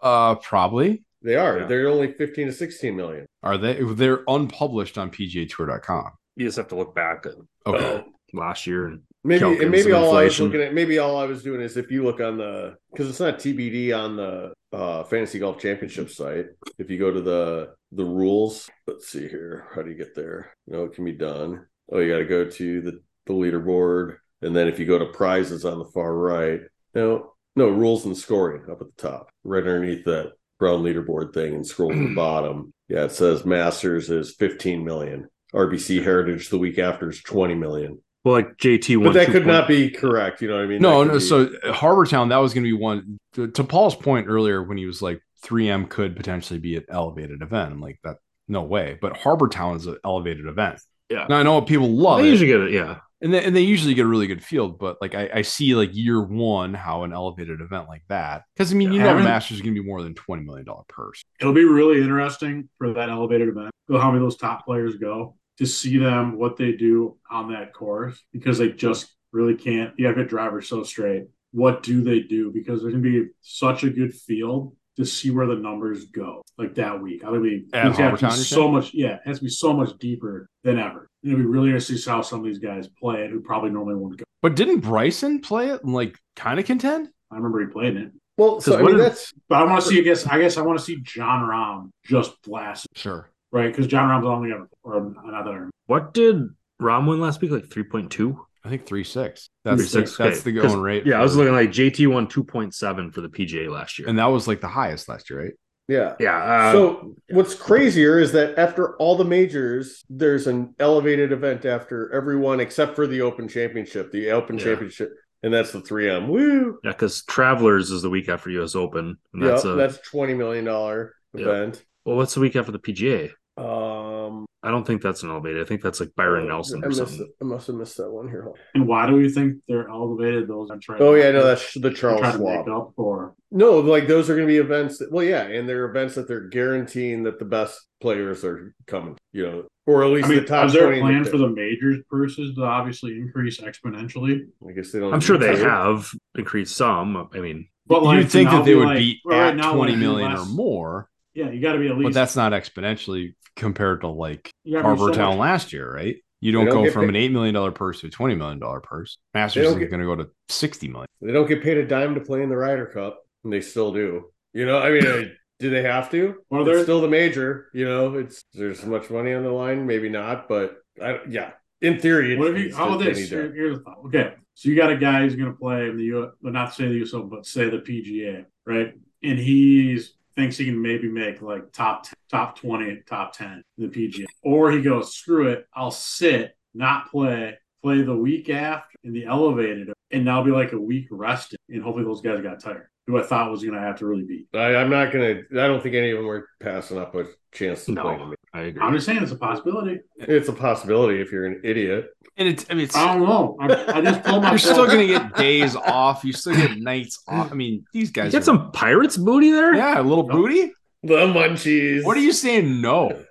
Speaker 2: Uh, probably.
Speaker 1: They are.
Speaker 4: Yeah.
Speaker 1: They're only fifteen to sixteen million.
Speaker 2: Are they? They're unpublished on PGAtour.com.
Speaker 4: You just have to look back at
Speaker 2: Okay.
Speaker 1: Uh,
Speaker 4: last year and
Speaker 1: Maybe and
Speaker 4: Calculus
Speaker 1: maybe
Speaker 4: of
Speaker 1: all I was
Speaker 4: inflation.
Speaker 1: looking at maybe all I was doing is if you look on the because it's not TBD on the uh fantasy golf championship site. If you go to the the rules, let's see here. How do you get there? No, it can be done. Oh, you gotta go to the, the leaderboard. And then if you go to prizes on the far right, no, no, rules and scoring up at the top, right underneath that brown leaderboard thing and scroll to the bottom. Yeah, it says Masters is 15 million. RBC Heritage the week after is 20 million.
Speaker 4: well, like JT.
Speaker 1: But that could not be correct. You know what I mean?
Speaker 2: No,
Speaker 1: That could
Speaker 2: no.
Speaker 1: be-
Speaker 2: So Harbor Town, that was going to be one. To, to Paul's point earlier, when he was like, 3M could potentially be an elevated event. I'm like, that no way. But Harbor Town is an elevated event.
Speaker 4: Yeah.
Speaker 2: Now I know people love
Speaker 4: They
Speaker 2: it,
Speaker 4: usually get it. Yeah,
Speaker 2: and they, and they usually get a really good field. But like, I, I see like year one how an elevated event like that, because I mean,
Speaker 3: Yeah,
Speaker 2: you know,
Speaker 3: haven't-
Speaker 2: Masters is going to be more than twenty million dollar purse.
Speaker 3: It'll be really interesting for that elevated event. How many of those top players go to see them, what they do on that course, because they just really can't. You have to driver so straight. What do they do? Because there's gonna be such a good field to see where the numbers go. Like that week, I think we
Speaker 2: At
Speaker 3: it's got to
Speaker 2: Harbortown,
Speaker 3: be
Speaker 2: you're
Speaker 3: so
Speaker 2: saying?
Speaker 3: much. Yeah, it has to be so much deeper than ever. It'll be really interesting to see how some of these guys play it who probably normally wouldn't go.
Speaker 2: But didn't Bryson play it and like kind of contend?
Speaker 3: I remember he played it,
Speaker 1: well, so I
Speaker 4: what
Speaker 1: mean,
Speaker 4: is-
Speaker 1: that's
Speaker 3: but I want to see. I guess I guess I want to see John Rahm just blast,
Speaker 2: Sure.
Speaker 3: right? Because John Rahm's only ever, or not that I remember.
Speaker 4: What did Rom win last week? Like three point two.
Speaker 2: I think three six. That's
Speaker 3: Three six,
Speaker 2: the, that's the going rate.
Speaker 4: Yeah, I
Speaker 2: for-
Speaker 4: was looking like JT won two point seven for the PGA last year.
Speaker 2: and that was like the highest last year, right?
Speaker 1: yeah.
Speaker 4: yeah, uh,
Speaker 1: so what's crazier is that after all the majors, there's an elevated event after everyone except for the Open Championship. The Open
Speaker 4: Yeah.
Speaker 1: Championship, and that's the 3M. Woo!
Speaker 4: yeah, because Travelers is the week after U.S. Open, and
Speaker 1: Yeah,
Speaker 4: that's
Speaker 1: that's,
Speaker 4: a
Speaker 1: twenty million dollar
Speaker 4: Yeah.
Speaker 1: event.
Speaker 4: well, what's the week after the PGA?
Speaker 1: Um,
Speaker 4: I don't think that's an elevated. I think that's like Byron Nelson
Speaker 1: I,
Speaker 4: or
Speaker 1: missed,
Speaker 4: something.
Speaker 1: I must have missed that one here.
Speaker 3: And why do you think they're elevated? Those are trying.
Speaker 1: Oh yeah, no, that's the
Speaker 3: they're
Speaker 1: Charles
Speaker 3: trying to
Speaker 1: Schwab.
Speaker 3: make up for.
Speaker 1: No, like those are going to be events. That, well, yeah, and they're events that they're guaranteeing that the best players are coming. You know, or at least
Speaker 3: I mean,
Speaker 1: the top
Speaker 3: is there
Speaker 1: twenty.
Speaker 3: a
Speaker 1: in the
Speaker 3: plan
Speaker 1: pit.
Speaker 3: for the majors purses to obviously increase exponentially?
Speaker 1: I guess they don't.
Speaker 4: I'm sure they
Speaker 1: Yeah.
Speaker 4: have increased some. I mean,
Speaker 3: But
Speaker 2: you would
Speaker 3: to
Speaker 2: think
Speaker 3: now
Speaker 2: that they would
Speaker 3: like,
Speaker 2: be
Speaker 3: well,
Speaker 2: at
Speaker 3: right now,
Speaker 2: twenty
Speaker 3: like,
Speaker 2: million
Speaker 3: less-
Speaker 2: or more,
Speaker 3: Yeah, you got to be at least.
Speaker 2: but that's not exponentially compared to like
Speaker 3: you gotta be
Speaker 2: Harbor
Speaker 3: so
Speaker 2: Town
Speaker 3: much-
Speaker 2: last year, right? You don't
Speaker 1: They don't
Speaker 2: go
Speaker 1: get
Speaker 2: from
Speaker 1: paid-
Speaker 2: an eight million dollar purse to a twenty million dollar purse. Masters
Speaker 1: They
Speaker 2: is
Speaker 1: don't get-
Speaker 2: going to go to sixty million.
Speaker 1: They don't get paid a dime to play in the Ryder Cup, and they still do. You know, I mean, I, do they have to?
Speaker 3: Well,
Speaker 1: it's
Speaker 3: there's-
Speaker 1: still the major. You know, it's there's much money on the line. Maybe not, but I, yeah, in theory, it-
Speaker 3: What if you?
Speaker 1: it's-
Speaker 3: How about
Speaker 1: they
Speaker 3: this?
Speaker 1: need to-
Speaker 3: Here- here's a thought. Okay, so you got a guy who's going to play in the U. Well, not say the U.S. Open, but say the PGA, right? And he's thinks he can maybe make like top 10, top twenty, top ten in the PGA, or he goes screw it, I'll sit, not play, play the week after in the elevated, and now be like a week rested, and hopefully those guys got tired. Who I thought was going to have to really beat.
Speaker 1: I, I'm not gonna. I don't think any of them are passing up a chance to play.
Speaker 4: no, I agree.
Speaker 3: I'm just saying it's a possibility.
Speaker 1: It's a possibility if you're an idiot.
Speaker 2: And it's, I mean, it's,
Speaker 3: I don't know. I, I just told myself.
Speaker 2: you're still going to get days off. You still get nights off. I mean, these
Speaker 4: You
Speaker 2: guys
Speaker 4: get
Speaker 2: are-
Speaker 4: some pirates booty there.
Speaker 2: Yeah, a little booty.
Speaker 1: The munchies.
Speaker 2: What are you saying? No,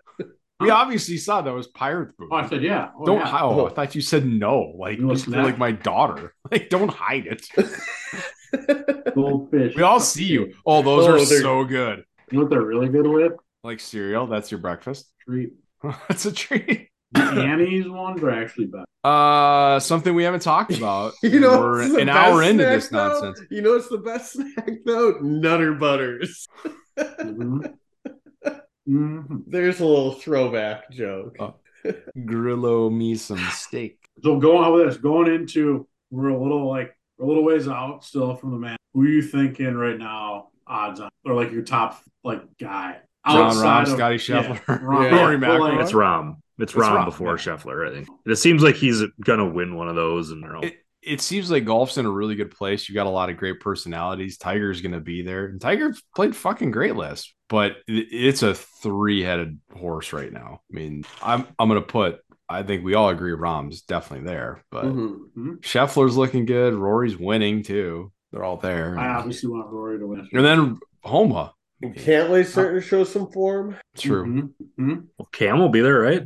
Speaker 2: we obviously saw that was pirate booty.
Speaker 3: Oh, I said yeah. Oh,
Speaker 2: don't
Speaker 3: yeah.
Speaker 2: hi- oh, I thought you said no. Like,
Speaker 3: You look
Speaker 2: just
Speaker 3: mad.
Speaker 2: like my daughter. Like, don't hide it.
Speaker 3: Goldfish.
Speaker 2: We all see you. Oh, those
Speaker 1: Oh,
Speaker 2: are
Speaker 1: they're-
Speaker 2: so good.
Speaker 3: You know what they're really good with?
Speaker 2: Like cereal, that's your breakfast.
Speaker 3: Treat.
Speaker 2: that's a treat.
Speaker 3: The Annie's ones are actually better.
Speaker 2: Uh, something we haven't talked about.
Speaker 1: You know,
Speaker 2: We're
Speaker 1: it's the
Speaker 2: an hour
Speaker 1: best
Speaker 2: into
Speaker 1: snack,
Speaker 2: this
Speaker 1: though.
Speaker 2: nonsense.
Speaker 1: You know, it's the best snack though. Nutter butters.
Speaker 3: Mhm. Mhm.
Speaker 1: There's a little throwback joke.
Speaker 2: Oh. Grillo me some steak.
Speaker 3: So going over this, going into we're a little like we're a little ways out still from the man. Who are you thinking right now? Odds on or like your top like guy
Speaker 2: John
Speaker 3: outside
Speaker 2: Rahm,
Speaker 3: of-
Speaker 2: Scotty
Speaker 3: yeah,
Speaker 2: Scheffler,
Speaker 3: Rahm.
Speaker 1: Yeah.
Speaker 2: Rory
Speaker 3: But, like,
Speaker 2: McIlroy.
Speaker 4: It's Rom. It's
Speaker 2: It's
Speaker 4: Rom
Speaker 2: Rahm,
Speaker 4: before
Speaker 2: yeah.
Speaker 4: Scheffler, I think. It seems like he's gonna win one of those in their own.
Speaker 2: It, it seems like golf's in a really good place. You got a lot of great personalities. Tiger's going to be there. And Tiger played fucking great last, but it- it's a three-headed horse right now. I mean, I'm I'm going to put I think we all agree Rom's definitely there, but
Speaker 1: Mhm.
Speaker 3: Mm-hmm.
Speaker 2: Mm-hmm. Scheffler's looking good. Rory's winning too. They're all there.
Speaker 3: I obviously want Rory to win.
Speaker 2: and then Homa.
Speaker 1: And Cantley's starting to show some form.
Speaker 2: True.
Speaker 4: Mm-hmm.
Speaker 3: Mhm. Mhm.
Speaker 4: Well, Cam will be there, right?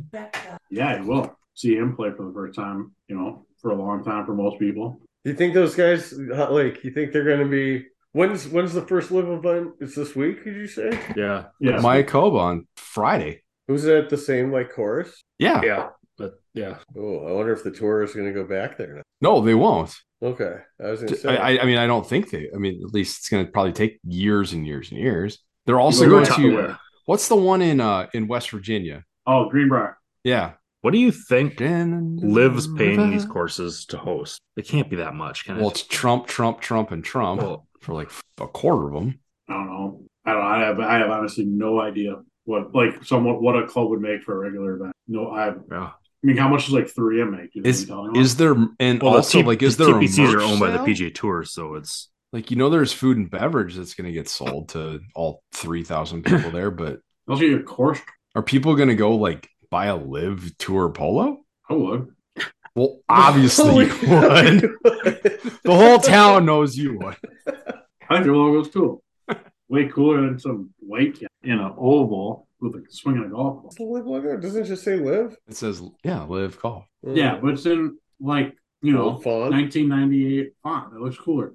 Speaker 3: Yeah, he will see him play for the first time. You know, for a long time for most people.
Speaker 1: You think those guys uh, like? You think they're going to be? When's when's the first live event? It's this week. Did you say?
Speaker 4: Yeah.
Speaker 3: Yeah,
Speaker 2: Mike Homa on Friday.
Speaker 1: Was it at the same like chorus?
Speaker 2: Yeah.
Speaker 4: Yeah. But yeah.
Speaker 1: Oh, I wonder if the tour is going to go back there. Now.
Speaker 2: No, they won't.
Speaker 1: Okay, I was going to say.
Speaker 2: I, I- I mean, I don't think they. I mean, at least it's going to probably take years and years and years. They're also
Speaker 3: We're
Speaker 2: going
Speaker 4: Top-
Speaker 2: to. What's the one in uh in West Virginia?
Speaker 3: Oh, Greenbrier.
Speaker 2: Yeah,
Speaker 4: What do you think Lives
Speaker 2: lives
Speaker 4: paying these courses to host? It can't be that much, can
Speaker 2: Well,
Speaker 4: it?
Speaker 2: it's Trump, Trump, Trump, and Trump
Speaker 4: Well,
Speaker 2: for like a quarter of them.
Speaker 3: I don't know. I don't. I have. I have honestly no idea what like someone what a club would make for a regular event. No, I. I
Speaker 4: yeah.
Speaker 3: mean, how much does like three M make? Do they tell anyone?
Speaker 2: Is there and
Speaker 4: Well,
Speaker 2: also
Speaker 4: the T-
Speaker 2: like is
Speaker 4: the
Speaker 2: there a
Speaker 4: TPCs are
Speaker 2: merch
Speaker 4: owned by the
Speaker 2: sale?
Speaker 4: PGA Tour, so it's
Speaker 2: Like you know, there's food and beverage that's going to get sold to all three thousand people there, but
Speaker 3: also your course?
Speaker 2: are people going to go like buy a live tour polo?
Speaker 3: I would.
Speaker 2: Well, obviously you would. The whole town knows you would.
Speaker 3: I think their logo's cool. Way cooler than some white guy in an oval with a swinging a golf ball.
Speaker 1: Does the live logo doesn't it just say live.
Speaker 2: It says, yeah, live golf.
Speaker 3: Yeah, but it's in like you know
Speaker 1: Old font.
Speaker 3: 1998 font. That looks cooler.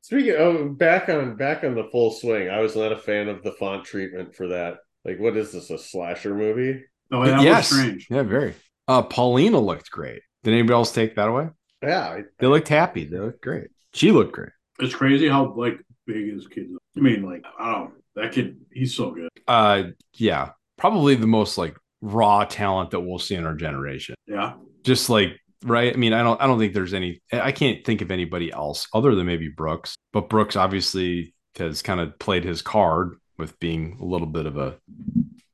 Speaker 1: Speaking oh, back on back on the full swing, I was not a fan of the font treatment for that. Like, what is this? A slasher movie?
Speaker 3: Oh, that
Speaker 2: yes.
Speaker 3: was strange.
Speaker 2: Yeah, very. Uh, Paulina looked great. Did anybody else take that away?
Speaker 1: Yeah,
Speaker 2: They looked happy. They looked great. She looked great.
Speaker 3: It's crazy how like big his kid. is. I mean, like I don't. know. That kid, he's so good.
Speaker 2: Uh, yeah, probably the most like raw talent that we'll see in our generation.
Speaker 3: Yeah.
Speaker 2: Just like right. I mean, I don't. I don't think there's any. I can't think of anybody else other than maybe Brooks. But Brooks obviously has kind of played his card with being a little bit of a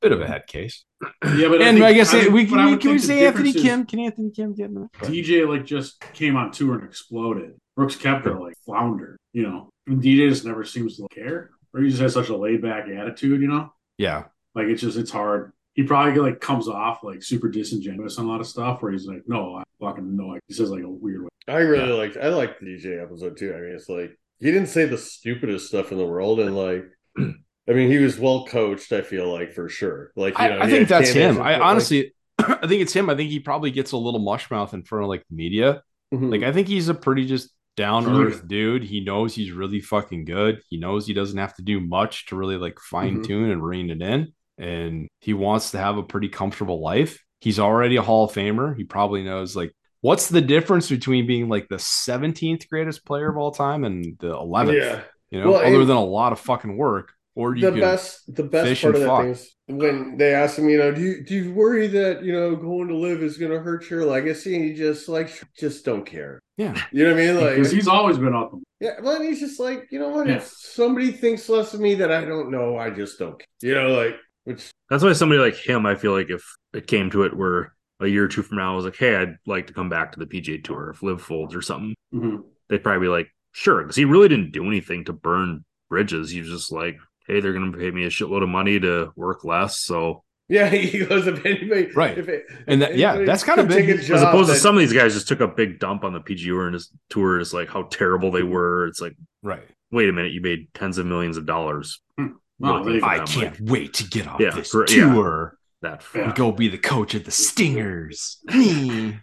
Speaker 2: bit of a head case.
Speaker 3: Yeah, but
Speaker 2: and
Speaker 3: think-
Speaker 2: I guess
Speaker 3: think-
Speaker 2: we
Speaker 3: but I
Speaker 2: can. We,
Speaker 3: would
Speaker 2: can we
Speaker 3: think the
Speaker 2: say Anthony
Speaker 3: difference is
Speaker 2: Kim? Can Anthony Kim get in? that?
Speaker 3: DJ like just came on tour and exploded. Brooks Kepka like floundered, you know. And DJ just never seems to care, or he just has such a laid back attitude, you know.
Speaker 2: Yeah.
Speaker 3: Like it's just it's hard. He probably like comes off like super disingenuous on a lot of stuff, where he's like, "No, I fucking no." He says like a weird way.
Speaker 1: I really liked. I liked the DJ episode too. I mean, it's like he didn't say the stupidest stuff in the world, and like, I mean, he was well coached. I feel like for sure. Like, you know,
Speaker 2: I, I
Speaker 1: he
Speaker 2: think
Speaker 1: had
Speaker 2: that's
Speaker 1: candidates
Speaker 2: him.
Speaker 1: and
Speaker 2: I
Speaker 1: shit, like-
Speaker 2: honestly, I think it's him. I think he probably gets a little mush mouth in front of like the media.
Speaker 1: Mhm.
Speaker 2: Like I think he's a pretty just down to
Speaker 3: Sure.
Speaker 2: earth dude. He knows he's really fucking good. He knows he doesn't have to do much to really like fine tune and rein it in. And he wants to have a pretty comfortable life. He's already a Hall of Famer. He probably knows like what's the difference between being like the 17th greatest player of all time and the 11th.
Speaker 1: yeah.
Speaker 2: You know,
Speaker 1: Well,
Speaker 2: other
Speaker 1: and-
Speaker 2: than a lot of fucking work. Or you
Speaker 1: the
Speaker 2: can
Speaker 1: best the best
Speaker 2: fish
Speaker 1: part of
Speaker 2: and
Speaker 1: that
Speaker 2: fuck.
Speaker 1: thing is when they asked him, you know, do you do you worry that you know going to live is going to hurt your legacy? And he just like just don't care.
Speaker 2: Yeah.
Speaker 1: you know what I mean?
Speaker 3: Because
Speaker 1: Like,
Speaker 3: he's always been out the.
Speaker 1: yeah, well, and he's just like, you know what?
Speaker 3: Yeah.
Speaker 1: If somebody thinks less of me that I don't know, I just don't. Care. You know, like which
Speaker 4: that's why somebody like him, I feel like if it came to it where a year or two from now I was like, Hey, I'd like to come back to the PGA tour if Live folds or something,
Speaker 2: Mm-hmm.
Speaker 3: Mhm.
Speaker 4: they'd probably be like, Sure, because he really didn't do anything to burn bridges. He was just like, Hey, they're gonna pay me a shitload of money to work less. So
Speaker 1: yeah, he goes if anybody
Speaker 2: Right.
Speaker 1: if it,
Speaker 2: and that, yeah,
Speaker 1: anybody
Speaker 2: that's kind of
Speaker 1: could
Speaker 2: been
Speaker 1: take a
Speaker 2: his-
Speaker 1: job
Speaker 4: as opposed
Speaker 1: that-
Speaker 4: to some of these guys just took a big dump on the PGA and his tour is like how terrible they were. It's like,
Speaker 2: right.
Speaker 4: wait a minute, you made tens of millions of dollars.
Speaker 3: Hmm. No,
Speaker 4: Really?
Speaker 3: they-
Speaker 4: for
Speaker 2: I
Speaker 4: them,
Speaker 2: can't wait to get off
Speaker 4: Yeah,
Speaker 2: this
Speaker 4: for- yeah.
Speaker 2: tour
Speaker 4: That
Speaker 3: Yeah.
Speaker 2: and go be the coach of the Stingers. Me.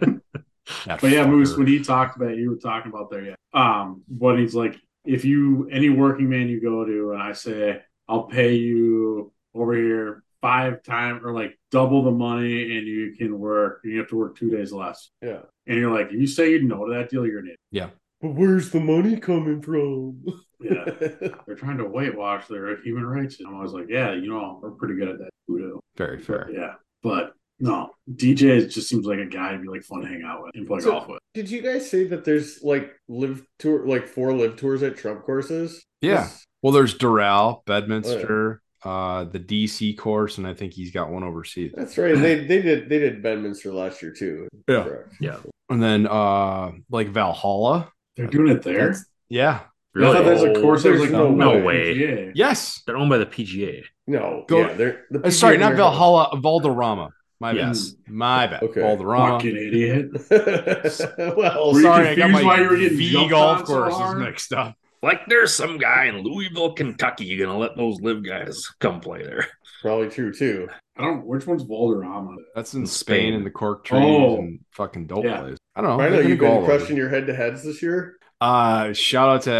Speaker 2: That
Speaker 3: But yeah,
Speaker 2: fucker.
Speaker 3: Moose, when he talked about you were talking about there, yeah. Um, but he's like, if you any working man you go to, and I say I'll pay you over here five time or like double the money and you can work you have to work two days less
Speaker 1: Yeah.
Speaker 3: and you're like you say you no to that deal you're an
Speaker 1: But where's the money coming from?
Speaker 3: idiot yeah they're trying to whitewash their human rights and i was like yeah you know we're pretty good at that voodoo
Speaker 2: Very fair.
Speaker 3: yeah but no dj is- just seems like a guy to be like fun to hang out with and play
Speaker 1: So-
Speaker 3: golf with
Speaker 1: Did you guys say that there's like live tour, like four live tours at Trump courses?
Speaker 2: Yeah.
Speaker 1: This-
Speaker 2: Well, there's Doral, Bedminster,
Speaker 3: Oh,
Speaker 2: uh, the DC course, and I think he's got one overseas.
Speaker 1: that's right. And they they did they did Bedminster last year too.
Speaker 2: Yeah.
Speaker 1: Correct.
Speaker 4: Yeah.
Speaker 2: And then uh, like Valhalla.
Speaker 3: they're doing it there
Speaker 2: That's- Yeah.
Speaker 3: I thought
Speaker 4: Really?
Speaker 1: Oh,
Speaker 3: there's a course that was like
Speaker 1: There's no
Speaker 3: owned by
Speaker 4: way.
Speaker 3: the PGA.
Speaker 2: Yes.
Speaker 4: They're owned by the PGA.
Speaker 1: No,
Speaker 2: Go-
Speaker 1: yeah, they're the
Speaker 2: Uh, sorry,
Speaker 1: PGA
Speaker 2: not
Speaker 1: Tour-
Speaker 2: Valhalla, Valderrama. My bad.
Speaker 3: Yes.
Speaker 2: My bad.
Speaker 1: Okay.
Speaker 2: Valderrama.
Speaker 3: fucking idiot
Speaker 1: well,
Speaker 3: Were you
Speaker 2: sorry, I got
Speaker 3: confused
Speaker 2: my
Speaker 3: why you were getting
Speaker 2: V
Speaker 3: jumped
Speaker 2: golf
Speaker 3: on so
Speaker 2: courses
Speaker 3: hard?
Speaker 2: mixed up.
Speaker 4: Like there's some guy in Louisville, Kentucky, you're gonna let those live guys come play there.
Speaker 1: probably true too.
Speaker 3: i don't which one's Valderrama?
Speaker 2: That's in
Speaker 4: In
Speaker 2: Spain,
Speaker 4: Spain.
Speaker 2: in the cork trees
Speaker 3: Oh.
Speaker 2: and fucking dope
Speaker 3: Yeah.
Speaker 2: place. I don't know.
Speaker 1: I know
Speaker 2: Oh, They're gonna
Speaker 1: you've
Speaker 2: go all
Speaker 1: been
Speaker 2: over.
Speaker 1: crushing your head to heads this year.
Speaker 2: Uh, shout out to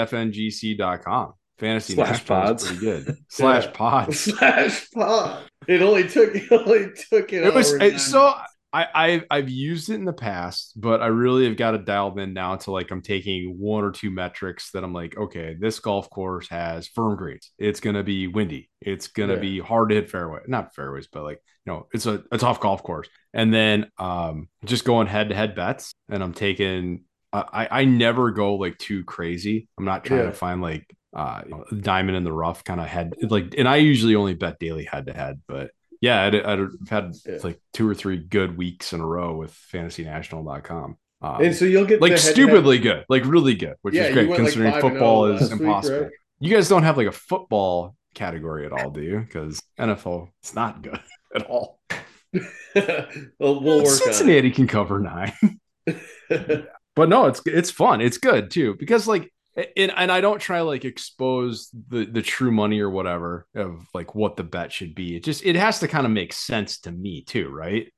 Speaker 2: fngc.com. Fantasy National
Speaker 4: Slash
Speaker 2: is
Speaker 4: pods.
Speaker 2: pretty good. Slash pods.
Speaker 1: Slash pod. It only took it only took it.
Speaker 2: It was
Speaker 1: over
Speaker 2: it-
Speaker 1: nine-
Speaker 2: so I, I I've used it in the past, but I really have got to dial in now to like I'm taking one or two metrics that I'm like, okay, this golf course has firm greens. It's gonna be windy. It's gonna
Speaker 1: Yeah.
Speaker 2: be hard to hit fairway, not fairways, but like you know, it's a, a tough golf course. And then um just going head to head bets, and I'm taking. I I I never go like too crazy. I'm not trying
Speaker 1: Yeah.
Speaker 2: to find like uh you know, diamond in the rough kind of head like and i usually only bet daily head to head but yeah I'd, I'd have had
Speaker 1: Yeah.
Speaker 2: like two or three good weeks in a row with fantasynational.com um,
Speaker 1: and so you'll get
Speaker 2: like
Speaker 1: the head-to-head-
Speaker 2: stupidly good like really good which
Speaker 1: Yeah,
Speaker 2: is
Speaker 1: you
Speaker 2: great
Speaker 1: went, like,
Speaker 2: considering
Speaker 1: 5 and 0
Speaker 2: football
Speaker 1: last
Speaker 2: is
Speaker 1: week,
Speaker 2: impossible
Speaker 1: right?
Speaker 2: you guys don't have like a football category at all do you because nfl it's not good at all
Speaker 1: we'll, we'll work
Speaker 2: cincinnati can cover nine
Speaker 1: on it.
Speaker 2: but no it's it's fun it's good too because like and, and i don't try to like expose the the true money or whatever of like what the bet should be it just it has to kind of make sense to me too right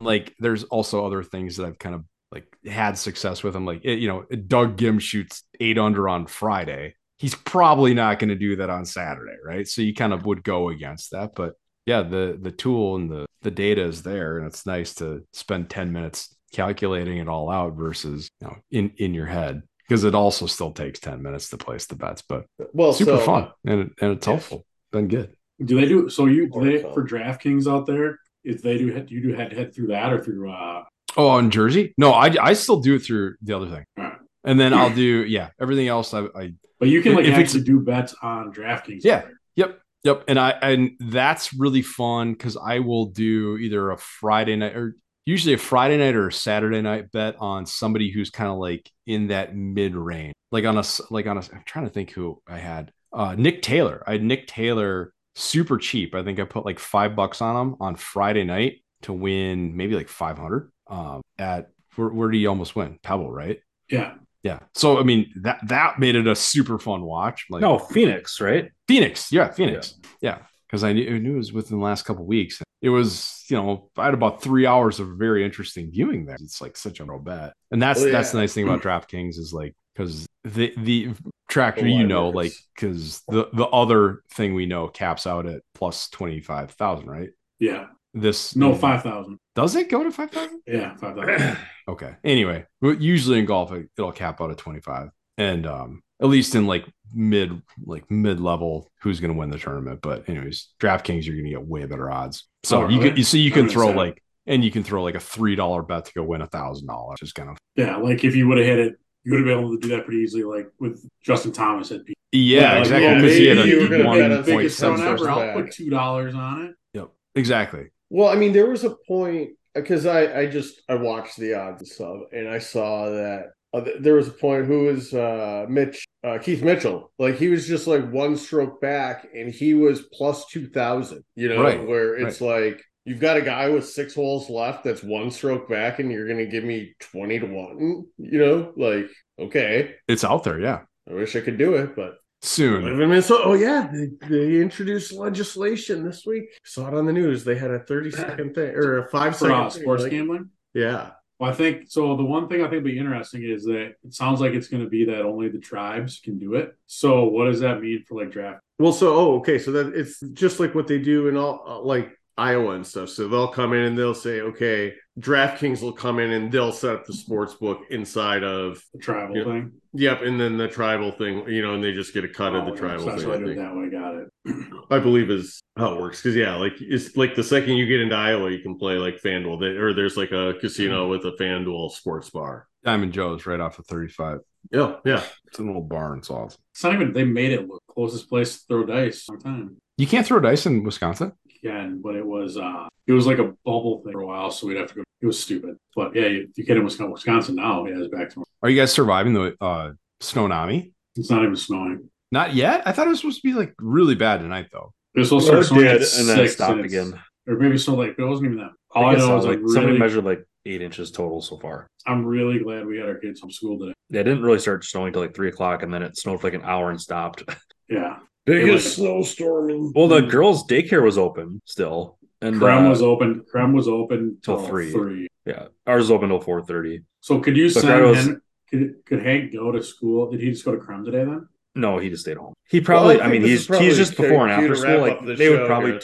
Speaker 2: like there's also other things that i've kind of like had success with i'm like it, you know doug gim shoots eight under on friday he's probably not going to do that on saturday right so you kind of would go against that but yeah the the tool and the the data is there and it's nice to spend 10 minutes calculating it all out versus you know in in your head because it also still takes 10 minutes to place the bets but
Speaker 1: well, so-
Speaker 2: super fun and, it- and it's
Speaker 1: Yes.
Speaker 2: helpful been good
Speaker 3: Do they do so? You do
Speaker 1: Or
Speaker 3: they
Speaker 1: phone.
Speaker 3: for DraftKings out there? If they do, do you do head to head through that or through? uh
Speaker 2: oh on jersey no i i still do it through the other thing
Speaker 3: Alright.
Speaker 2: and then i'll do yeah everything else i, I
Speaker 3: But you can like
Speaker 2: If it's-
Speaker 3: actually do bets on DraftKings.
Speaker 2: Yeah. Yep. And I and that's really fun because I will do either a Friday night or usually a Friday night or a Saturday night bet on somebody who's kind of like in that mid range. Like on a s- like on a I'm trying to think who I had. Uh Nick Taylor. I had Nick Taylor super cheap. I think I put like five bucks on him on Friday night to win maybe like five hundred. Um at where, where did he almost win? Pebble, right?
Speaker 3: yeah.
Speaker 2: Yeah. So I mean that that made it a super fun watch. Like
Speaker 4: No, Phoenix, right?
Speaker 2: Phoenix. Yeah, Phoenix. Yeah. Because I knew, I knew it was within the last couple of weeks. It was, you know, I had about three hours of very interesting viewing there. It's like such a no bet. And that's
Speaker 1: Oh, yeah.
Speaker 2: that's the nice thing about DraftKings is like because the the tractor,
Speaker 1: The
Speaker 2: you
Speaker 1: live
Speaker 2: know,
Speaker 1: rates.
Speaker 2: like because the the other thing we know caps out at plus twenty five thousand, right?
Speaker 3: Yeah.
Speaker 2: This
Speaker 3: No, 5,000.
Speaker 2: does it go to five thousand?
Speaker 3: Yeah. 5,000.
Speaker 2: Okay. Anyway, but usually in golf, it- it'll cap out at 25. And um, at least in like mid, like mid level, who's going to win the tournament. But anyways, DraftKings, you're going to get way better odds. So
Speaker 3: Oh,
Speaker 2: you
Speaker 3: really?
Speaker 2: can, so you
Speaker 3: I
Speaker 2: can
Speaker 3: wouldn't
Speaker 2: throw
Speaker 3: say.
Speaker 2: like, and you can throw like a three dollar bet to go win a thousand dollars. Just kind of
Speaker 3: yeah. Like if you would have hit it, you would have been able to do that pretty easily. Like with Justin Thomas at P.
Speaker 2: yeah,
Speaker 1: like,
Speaker 2: exactly.
Speaker 1: yeah,
Speaker 2: 'cause he had
Speaker 1: maybe you were
Speaker 2: a
Speaker 1: gonna bet on
Speaker 2: one point
Speaker 3: biggest
Speaker 1: seven
Speaker 3: thrown
Speaker 2: seven.
Speaker 1: first
Speaker 3: ever. I'll
Speaker 1: back.
Speaker 3: put two dollars on it.
Speaker 2: Yep, exactly.
Speaker 1: Well, I mean, there was a point because I I just I watched the odds and stuff, and I saw that uh, th- there was a point who was uh, Mitch uh, Keith Mitchell, like he was just like one stroke back, and he was plus two thousand. You know,
Speaker 2: Right,
Speaker 1: where it's like you've got a guy with six holes left that's one stroke back, and you're gonna give me twenty to one. You know, like okay,
Speaker 2: It's out there. Yeah,
Speaker 1: I wish I could do it, but
Speaker 2: soon.
Speaker 1: Live in Minnesota. Oh yeah, they, they introduced legislation this week. Saw it on the news. They had a thirty second thing or a five
Speaker 3: For uh,
Speaker 1: second
Speaker 3: sports
Speaker 1: thing, like-
Speaker 3: gambling.
Speaker 1: Yeah,
Speaker 3: Well, I think so. The one thing I think will be interesting is that it sounds like it's going to be that only the tribes can do it. So what does that mean for like draft?
Speaker 1: Well, so oh, okay, so that it's just like what they do in all uh, like Iowa and stuff. So they'll come in and they'll say, okay, DraftKings will come in and they'll set up the sports book inside of,
Speaker 3: The tribal
Speaker 1: Yeah.
Speaker 3: thing.
Speaker 1: yep, and then the tribal thing, you know, and they just get a cut of
Speaker 3: Oh,
Speaker 1: the tribal
Speaker 3: so that's
Speaker 1: thing.
Speaker 3: why
Speaker 1: I
Speaker 3: I did it
Speaker 1: think.
Speaker 3: that way. Got it.
Speaker 1: I believe is how it works. Cause yeah, like it's like the second you get into Iowa, you can play like FanDuel They- or there's like a
Speaker 4: Mm-hmm.
Speaker 1: casino with a FanDuel sports bar.
Speaker 2: Diamond Joe's right off of 35.
Speaker 1: Yeah. Yeah.
Speaker 2: It's an old barn, so it's-
Speaker 3: It's not even they made it look closest place to throw dice on time.
Speaker 2: you can't throw dice in Wisconsin.
Speaker 3: Again, but it was uh it was like a bubble thing for a while, so we'd have to go. It was stupid, but yeah, you, you get in Wisconsin, Wisconsin now. Yeah, it's back to
Speaker 2: Are you guys surviving the uh, tsunami?
Speaker 3: it's not even snowing.
Speaker 2: Not yet. I thought it was supposed to be like really bad tonight, though.
Speaker 3: It was supposed to start
Speaker 4: Well, it
Speaker 3: snowing at
Speaker 4: did, and then it
Speaker 3: six,
Speaker 4: stopped
Speaker 3: and it's-
Speaker 4: again.
Speaker 3: or maybe so. Like it wasn't even that.
Speaker 4: Oh, I
Speaker 3: All I,
Speaker 4: think it
Speaker 3: know is
Speaker 4: sounds like
Speaker 3: I'm
Speaker 4: somebody
Speaker 3: really,
Speaker 4: measured like eight inches total so far.
Speaker 3: I'm really glad we had our kids from school today.
Speaker 4: Yeah, it didn't really start snowing till like three o'clock, and then it snowed for like an hour and stopped.
Speaker 3: Yeah,
Speaker 1: Biggest snowstorm in
Speaker 4: Well, the girls' daycare was open still, and
Speaker 3: Krem
Speaker 4: uh,
Speaker 3: was open. Krem was open till
Speaker 4: till
Speaker 3: three.
Speaker 4: three. yeah, ours was open till four thirty.
Speaker 3: So could you
Speaker 4: But
Speaker 3: send
Speaker 4: Krem was-
Speaker 3: Hen- Could, could Hank go to school? Did he just go to Krem today then?
Speaker 4: No, he just stayed home. He probably,
Speaker 1: Well,
Speaker 4: I
Speaker 1: think
Speaker 4: mean,
Speaker 1: this
Speaker 4: he's
Speaker 1: is probably
Speaker 4: he's just before and
Speaker 1: cue to
Speaker 4: after
Speaker 1: wrap
Speaker 4: school. Like
Speaker 1: up the
Speaker 4: they would
Speaker 1: show
Speaker 4: probably
Speaker 1: here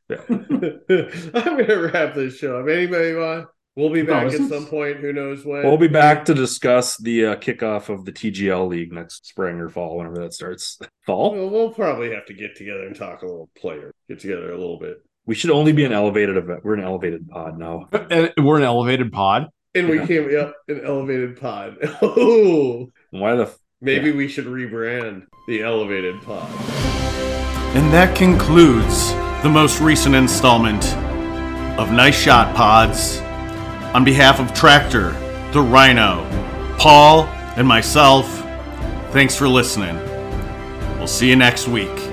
Speaker 4: take me.
Speaker 1: I'm going to wrap this show up. Anybody want? We'll be
Speaker 3: No,
Speaker 1: back
Speaker 3: this
Speaker 1: at
Speaker 3: is-
Speaker 1: some point. Who knows when?
Speaker 4: We'll be back to discuss the uh, kickoff of the TGL league next spring or fall, whenever that starts. Fall.
Speaker 1: We'll, we'll probably have to get together and talk a little player. Get together a little bit,
Speaker 4: We should only be an elevated event. We're an elevated pod now.
Speaker 2: And we're an elevated pod.
Speaker 1: and we
Speaker 4: Yeah.
Speaker 1: came up an elevated pod. oh,
Speaker 4: Why the
Speaker 1: maybe we should rebrand the elevated pod.
Speaker 5: And that concludes the most recent installment of Nice Shot Pods. On behalf of Tractor, the Rhino, Paul, and myself, thanks for listening. We'll see you next week.